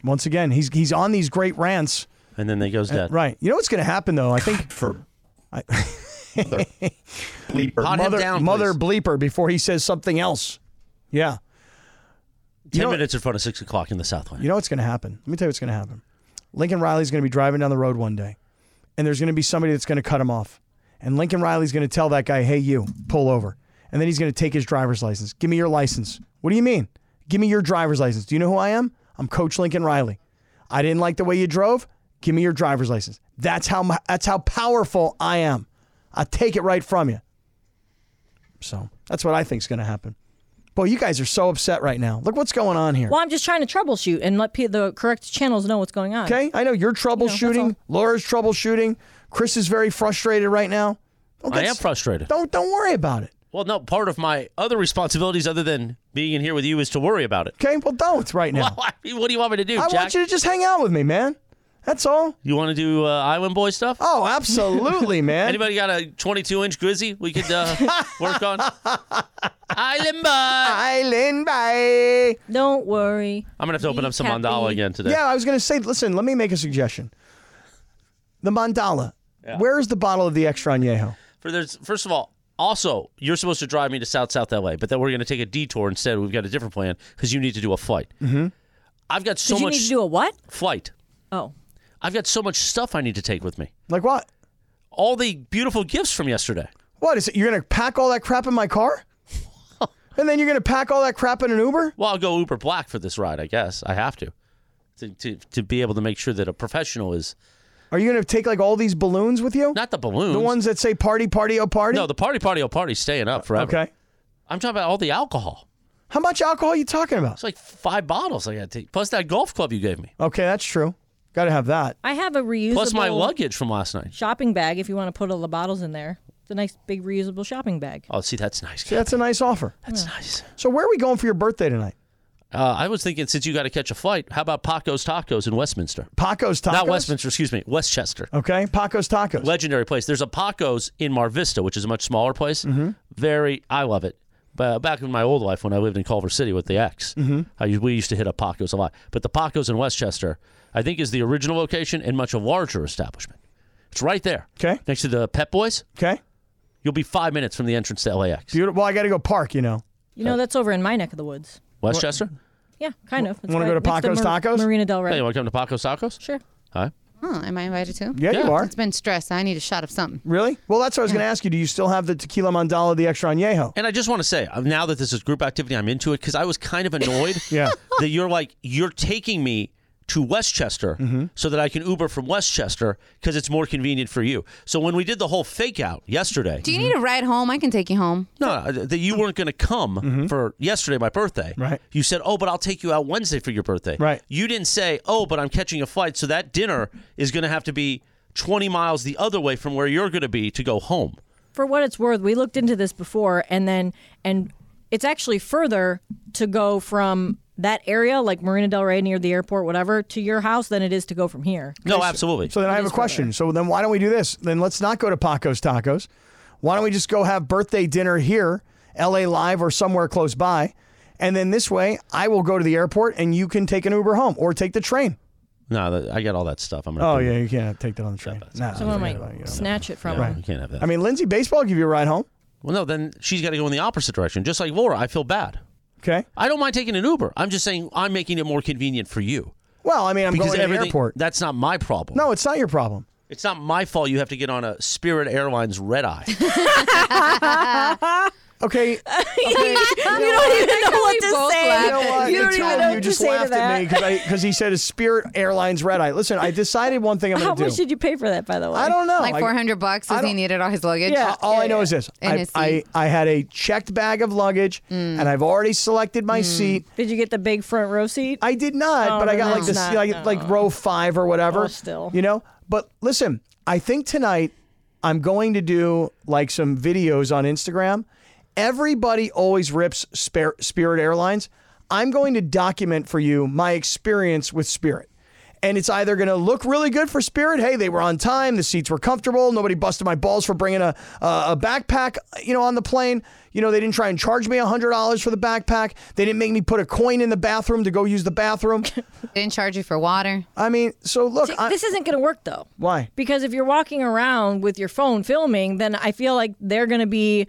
Speaker 3: Once again, he's he's on these great rants.
Speaker 2: and then they goes dead.
Speaker 3: Right. You know what's going to happen though? I think
Speaker 1: For
Speaker 2: Pot
Speaker 3: mother
Speaker 2: him down,
Speaker 3: mother
Speaker 2: please.
Speaker 3: bleeper before he says something else. Yeah.
Speaker 2: Ten
Speaker 3: know-
Speaker 2: minutes in front of six o'clock in the Southland.
Speaker 3: You know what's going to happen? Let me tell you what's going to happen. Lincoln Riley's going to be driving down the road one day, and there's going to be somebody that's going to cut him off. And Lincoln Riley's going to tell that guy, hey, you, pull over. And then he's going to take his driver's license. Give me your license. What do you mean? Give me your driver's license. Do you know who I am? I'm Coach Lincoln Riley. I didn't like the way you drove. Give me your driver's license. That's how, mu- that's how powerful I am. I take it right from you. So that's what I think's going to happen. Boy, you guys are so upset right now. Look what's going on here.
Speaker 4: Well, I'm just trying to troubleshoot and let pe- the correct channels know what's going on.
Speaker 3: Okay, I know you're troubleshooting. Laura's troubleshooting. Chris is very frustrated right now. Don't
Speaker 2: I
Speaker 3: get
Speaker 2: am
Speaker 3: s-
Speaker 2: frustrated.
Speaker 3: Don't don't worry about it.
Speaker 2: Well, no, part of my other responsibilities other than being in here with you is to worry about it.
Speaker 3: Okay, well don't right now.
Speaker 2: Well, I mean, what do you want me to do,
Speaker 3: I
Speaker 2: Jack?
Speaker 3: want you to just hang out with me, man. That's all.
Speaker 2: You want to do uh, Island Boy stuff?
Speaker 3: Oh, absolutely, man.
Speaker 2: Anybody got a 22 inch Grizzy we could uh, work on? Island Boy. I'm
Speaker 3: Island bye.
Speaker 4: Don't worry.
Speaker 2: gonna have to open up some
Speaker 4: Happy.
Speaker 2: mandala again today.
Speaker 3: Yeah, I was gonna say. Listen, let me make a suggestion. The mandala. Where is the bottle of the extra añejo?
Speaker 2: For there's first of all. Also, you're supposed to drive me to South South LA, but then we're going to take a detour instead. We've got a different plan because you need to do a flight. Mm-hmm. I've got so
Speaker 4: Did you
Speaker 2: much
Speaker 4: need to do a what?
Speaker 2: flight.
Speaker 4: Oh,
Speaker 2: I've got so much stuff I need to take with me.
Speaker 3: Like what?
Speaker 2: All the beautiful gifts from yesterday.
Speaker 3: What is it? You're gonna pack all that crap in my car, and then you're gonna pack all that crap in an Uber?
Speaker 2: Well, I'll go Uber Black for this ride, I guess. I have to. To, to, to be able to make sure that a professional is
Speaker 3: Are you gonna take like all these balloons with you?
Speaker 2: not the balloons.
Speaker 3: The ones that say party, party, oh, party?
Speaker 2: no, the party, party, oh, party, staying up forever.
Speaker 3: Okay.
Speaker 2: I'm talking about all the alcohol.
Speaker 3: How much alcohol are you talking about?
Speaker 2: It's like five bottles I got to take, plus that golf club you gave me,
Speaker 3: Okay, that's true. Got to have that.
Speaker 4: I have a reusable
Speaker 2: plus my luggage from last night.
Speaker 4: shopping bag. If you want to put all the bottles in there, it's a nice big reusable shopping bag.
Speaker 2: Oh, see, that's nice.
Speaker 3: See, that's a nice offer.
Speaker 2: That's nice.
Speaker 3: So, where are we going for your birthday tonight?
Speaker 2: Uh, I was thinking since you got to catch a flight, how about Paco's Tacos in Westminster?
Speaker 3: Paco's Tacos?
Speaker 2: Not Westminster, excuse me, Westchester.
Speaker 3: Okay, Paco's Tacos.
Speaker 2: Legendary place. There's a Paco's in Mar Vista, which is a much smaller place.
Speaker 3: Mm-hmm.
Speaker 2: Very, I love it. But back in my old life when I lived in Culver City with the ex,
Speaker 3: Mhm.
Speaker 2: I used- we used to hit up Paco's a lot. But the Paco's in Westchester, I think, is the original location and much a larger establishment. It's right there.
Speaker 3: Okay.
Speaker 2: Next to the Pet Boys.
Speaker 3: Okay.
Speaker 2: You'll be five minutes from the entrance to LAX.
Speaker 3: Beautiful. Well, I got to go park, you know.
Speaker 4: You know, that's over in my neck of the woods.
Speaker 2: Westchester?
Speaker 4: Yeah, kind of. It's
Speaker 2: Wanna go
Speaker 4: right
Speaker 2: to
Speaker 4: next
Speaker 2: Paco's
Speaker 4: Mar-
Speaker 2: Tacos?
Speaker 4: Marina Del Rey.
Speaker 2: Hey, you want to come to Paco's Tacos?
Speaker 4: Sure.
Speaker 2: All right.
Speaker 5: Huh, am I invited too?
Speaker 3: Yeah, you are. Mm-hmm.
Speaker 5: It's been stress. I need a shot of something.
Speaker 3: Really? Well, that's what I was
Speaker 2: Hmm.
Speaker 3: going to ask you. Do you still have the tequila mandala, the extra añejo?
Speaker 2: And I just want to say, uh, now that this is group activity, I'm into it because I was kind of annoyed
Speaker 3: yeah.
Speaker 2: that you're like, you're taking me to Westchester
Speaker 3: Mm-hmm.
Speaker 2: so that I can Uber from Westchester because it's more convenient for you. So when we did the whole fake out yesterday, Mm-hmm.
Speaker 5: Do you need a ride home? I can take you home.
Speaker 2: no, uh, that you weren't going to come
Speaker 3: Mm-hmm.
Speaker 2: for yesterday, my birthday. Right. You said, "Oh, but I'll take you out Wednesday for your birthday." Right. You didn't say, "Oh, but I'm catching a flight, so that dinner is going to have to be 20 miles the other way from where you're going to be to go home."
Speaker 4: for what it's worth, we looked into this before, and then and it's actually further to go from that area, like Marina Del Rey near the airport, whatever, to your house than it is to go from here.
Speaker 2: No, absolutely.
Speaker 3: So then I have a question. So then why don't we do this? Then let's not go to Paco's Tacos. Why don't we just go have birthday dinner here, LA Live or somewhere close by? And then this way, I will go to the airport and you can take an Uber home or take the train.
Speaker 2: No, that, I got all that stuff. I'm gonna
Speaker 3: Oh, yeah, you can't take that on the train. No,
Speaker 4: Someone might snatch it from
Speaker 2: No,
Speaker 4: her.
Speaker 2: you can't have that.
Speaker 3: I mean, Lindsay Baseball will give you a ride home.
Speaker 2: Well, no, then she's got to go in the opposite direction. Just like Laura, I feel bad.
Speaker 3: Okay.
Speaker 2: I don't mind taking an Uber. I'm just saying I'm making it more convenient for you.
Speaker 3: Well, I mean, I'm
Speaker 2: because
Speaker 3: going to the
Speaker 2: everything-
Speaker 3: airport.
Speaker 2: That's not my problem.
Speaker 3: No, it's not your problem.
Speaker 2: It's not my fault you have to get on a Spirit Airlines red eye.
Speaker 3: Okay.
Speaker 4: you don't even know what to say.
Speaker 5: laugh
Speaker 3: You know what?
Speaker 4: You don't
Speaker 3: The two
Speaker 4: even
Speaker 3: of
Speaker 4: know what
Speaker 3: you
Speaker 4: to
Speaker 3: just
Speaker 4: say to
Speaker 3: laughed at me
Speaker 4: that.
Speaker 3: because he said a Spirit Airlines red eye. Listen, I decided one thing I'm
Speaker 4: How
Speaker 3: going to do.
Speaker 4: much did you pay for that, by the way?
Speaker 3: I don't know.
Speaker 5: Like
Speaker 3: I-
Speaker 5: 400 bucks
Speaker 3: I
Speaker 5: because he
Speaker 3: don't-
Speaker 5: needed all his luggage.
Speaker 3: Yeah, all I know is this.
Speaker 5: And
Speaker 3: I,
Speaker 5: his
Speaker 3: I,
Speaker 5: seat.
Speaker 3: I had a checked bag of luggage
Speaker 4: Mm.
Speaker 3: and I've already selected my seat.
Speaker 4: Did you get the big front row seat?
Speaker 3: I did not, but I got like this like, like row five or whatever.
Speaker 4: Oh, still.
Speaker 3: You know? But listen, I think tonight I'm going to do like some videos on Instagram. Everybody always rips Spar- Spirit Airlines. I'm going to document for you my experience with Spirit. And it's either going to look really good for Spirit. Hey, they were on time. The seats were comfortable. Nobody busted my balls for bringing a a, a backpack, you know, on the plane. You know, they didn't try and charge me hundred dollars for the backpack. They didn't make me put a coin in the bathroom to go use the bathroom.
Speaker 5: Didn't charge you for water.
Speaker 3: I mean, so look, I-
Speaker 4: this isn't going to work though.
Speaker 3: why?
Speaker 4: Because if you're walking around with your phone filming, then I feel like they're going to be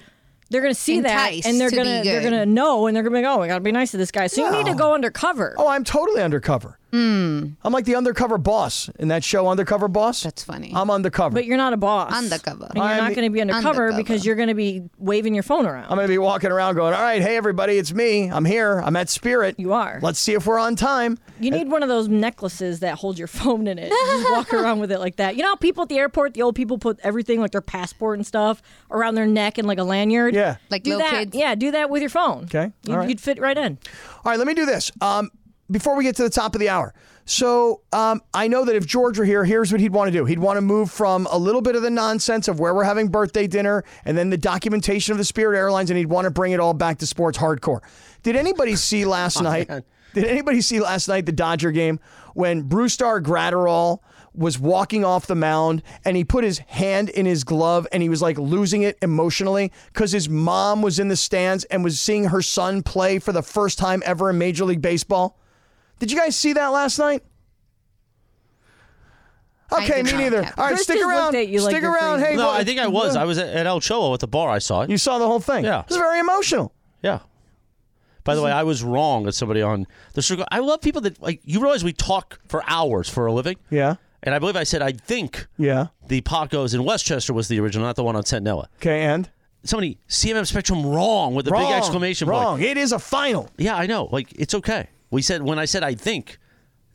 Speaker 4: they're going to see
Speaker 5: Enticed
Speaker 4: that and they're
Speaker 5: to be
Speaker 4: gonna they're
Speaker 5: good.
Speaker 4: going to know and they're going to be like, "Oh, I got to be nice to this guy." So you need to
Speaker 3: No.
Speaker 4: go undercover. Hmm.
Speaker 3: Oh, I'm totally undercover. I'm like the undercover boss in that show, Undercover Boss. That's
Speaker 5: funny.
Speaker 3: I'm undercover.
Speaker 4: But you're not a boss.
Speaker 5: Undercover.
Speaker 4: And you're not going to be undercover, because you're going to be waving your phone around.
Speaker 3: I'm going to be walking around going, all right, hey, everybody, it's me. I'm here. I'm at Spirit. You
Speaker 4: are.
Speaker 3: Let's see if we're on time.
Speaker 4: You need one of those necklaces that hold your phone in it. Just walk around with it like that. You know how people at the airport, the old people put everything like their passport and stuff around their neck and like a lanyard.
Speaker 3: Yeah.
Speaker 5: Like
Speaker 4: do
Speaker 5: little
Speaker 4: that.
Speaker 5: kids?
Speaker 4: Yeah, do that with your phone.
Speaker 3: Okay.
Speaker 4: You,
Speaker 3: All right.
Speaker 4: You'd fit right in.
Speaker 3: All right, let me do this. Um, before we get to the top of the hour. So um, I know that if George were here, here's what he'd want to do. He'd want to move from a little bit of the nonsense of where we're having birthday dinner and then the documentation of the Spirit Airlines, and he'd want to bring it all back to sports hardcore. Did anybody see last night? Did anybody see last night the Dodger game when Brewstar Gratterall was walking off the mound and he put his hand in his glove and he was like losing it emotionally because his mom was in the stands and was seeing her son play for the first time ever in Major League Baseball? Did you guys see that last night?
Speaker 5: I
Speaker 3: Okay,
Speaker 5: did
Speaker 3: me
Speaker 5: not,
Speaker 3: neither.
Speaker 5: Captain.
Speaker 3: All right,
Speaker 5: Chris
Speaker 3: stick
Speaker 5: just
Speaker 3: around.
Speaker 5: looked at you like
Speaker 3: stick
Speaker 5: you're
Speaker 3: around.
Speaker 5: crazy.
Speaker 3: Hey,
Speaker 2: no,
Speaker 3: what-
Speaker 2: I think I was. I was at, at El Cholo at the bar. I saw it.
Speaker 3: You saw the whole thing.
Speaker 2: Yeah.
Speaker 3: It was very emotional.
Speaker 2: Yeah. By the way, I was wrong as somebody on the circle. I love people that like you realize we talk for hours for a living.
Speaker 3: Yeah.
Speaker 2: And I believe I said I think
Speaker 3: Yeah.
Speaker 2: the Pacos in Westchester was the original, not the one on Centenella.
Speaker 3: Okay, and
Speaker 2: Somebody CMM Spectrum wrong with a
Speaker 3: Wrong,
Speaker 2: big exclamation
Speaker 3: Wrong.
Speaker 2: point.
Speaker 3: It is a final.
Speaker 2: Yeah, I know. Like it's okay. We said when I said I think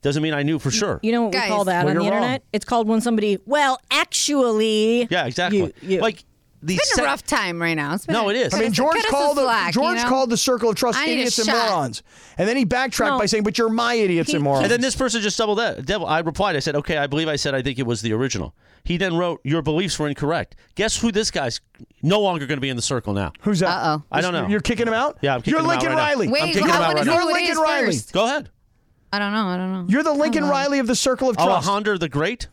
Speaker 2: doesn't mean I knew for sure.
Speaker 4: You know what
Speaker 5: Guys.
Speaker 4: we call that
Speaker 2: Well,
Speaker 4: on the
Speaker 2: you're wrong.
Speaker 4: internet? It's called when somebody, well, actually.
Speaker 2: yeah, exactly.
Speaker 4: You- you.
Speaker 2: Like the
Speaker 5: it's been
Speaker 2: sec-
Speaker 5: a rough time right now. It's been
Speaker 2: No,
Speaker 5: a-
Speaker 2: it is.
Speaker 5: cut
Speaker 3: I mean,
Speaker 5: us-
Speaker 3: George
Speaker 5: cut us
Speaker 3: called
Speaker 5: some
Speaker 3: the
Speaker 5: slack, you
Speaker 3: George
Speaker 5: know?
Speaker 3: called the circle of trust
Speaker 5: I need a
Speaker 3: idiots and
Speaker 5: shot.
Speaker 3: morons, and then he backtracked
Speaker 4: No.
Speaker 3: by saying, "But you're my idiots and morons."
Speaker 2: And then this person just doubled that. Devil, I replied. I said, "Okay, I believe I said I think it was the original." He then wrote, "Your beliefs were incorrect." Guess who this guy's no longer going to be in the circle now?
Speaker 3: Who's that?
Speaker 5: Uh-oh.
Speaker 2: I don't know.
Speaker 3: You're kicking him out.
Speaker 2: Yeah, I'm kicking
Speaker 3: you're
Speaker 2: him out
Speaker 3: Lincoln
Speaker 2: right now.
Speaker 3: Riley.
Speaker 2: I'm
Speaker 5: Wait,
Speaker 2: kicking him
Speaker 5: I
Speaker 2: out
Speaker 5: want
Speaker 2: right
Speaker 5: to
Speaker 2: now.
Speaker 5: know
Speaker 3: You're
Speaker 5: who it
Speaker 3: Lincoln
Speaker 5: is
Speaker 3: Riley.
Speaker 5: first.
Speaker 2: Go ahead. Oh,
Speaker 5: I don't know. I don't know.
Speaker 3: You're the Lincoln
Speaker 5: Hold on.
Speaker 3: Riley of the circle of trust.
Speaker 2: Alejandro the Great.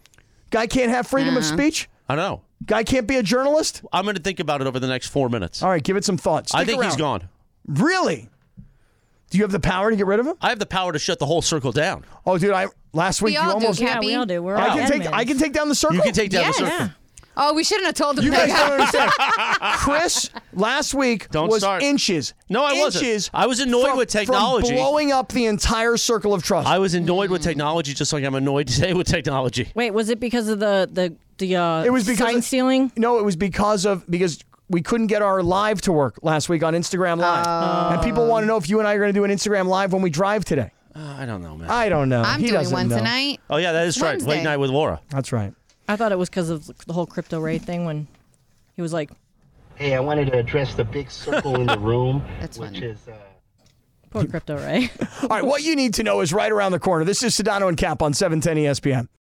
Speaker 3: Guy can't have freedom of
Speaker 5: Uh-uh.
Speaker 3: speech.
Speaker 2: I don't know.
Speaker 3: Guy can't be a journalist.
Speaker 2: I'm going to think about it over the next four minutes.
Speaker 3: All right, give it some thought.
Speaker 2: I
Speaker 3: Stick
Speaker 2: think he's
Speaker 3: around.
Speaker 2: gone.
Speaker 3: Really? Do you have the power to get rid of him?
Speaker 2: I have the power to shut the whole circle down.
Speaker 3: Oh, dude, I last
Speaker 5: We
Speaker 3: week you
Speaker 5: all do,
Speaker 3: almost.
Speaker 5: Cap.
Speaker 4: Yeah, we all do. We're
Speaker 3: I
Speaker 4: all
Speaker 3: can take.
Speaker 4: admins.
Speaker 3: I can take down the circle.
Speaker 2: You can take down
Speaker 5: Yes.
Speaker 2: the circle.
Speaker 5: Oh, we shouldn't have told him
Speaker 3: You
Speaker 5: that.
Speaker 3: guys don't understand. Chris last week
Speaker 2: Don't
Speaker 3: was
Speaker 2: start.
Speaker 3: inches.
Speaker 2: No, I wasn't.
Speaker 3: inches
Speaker 2: I was annoyed
Speaker 3: from-
Speaker 2: with technology.
Speaker 3: from blowing up the entire circle of trust.
Speaker 2: I was annoyed with technology, just like I'm annoyed today with technology.
Speaker 4: Wait, was it because of the the the uh,
Speaker 3: it was because
Speaker 4: sign stealing?
Speaker 3: No, it was because of because we couldn't get our live to work last week on Instagram Live, and people want to know if you and I are going to do an Instagram Live when we drive today.
Speaker 2: Uh, I don't know, man.
Speaker 3: I don't know.
Speaker 5: I'm
Speaker 3: he
Speaker 5: doing
Speaker 3: doesn't
Speaker 5: one
Speaker 3: know.
Speaker 5: tonight.
Speaker 2: oh yeah, that is right. Late
Speaker 5: Wednesday.
Speaker 2: night with Laura.
Speaker 3: That's right.
Speaker 4: I thought it was because of the whole crypto raid thing when he was like,
Speaker 9: Hey, I wanted to address the big circle in the room,
Speaker 5: That's
Speaker 9: which
Speaker 5: funny.
Speaker 9: is. Uh,
Speaker 4: "Poor crypto ray."
Speaker 3: E All right, what you need to know is right around the corner. This is Sedano and Cap on 710 ESPN.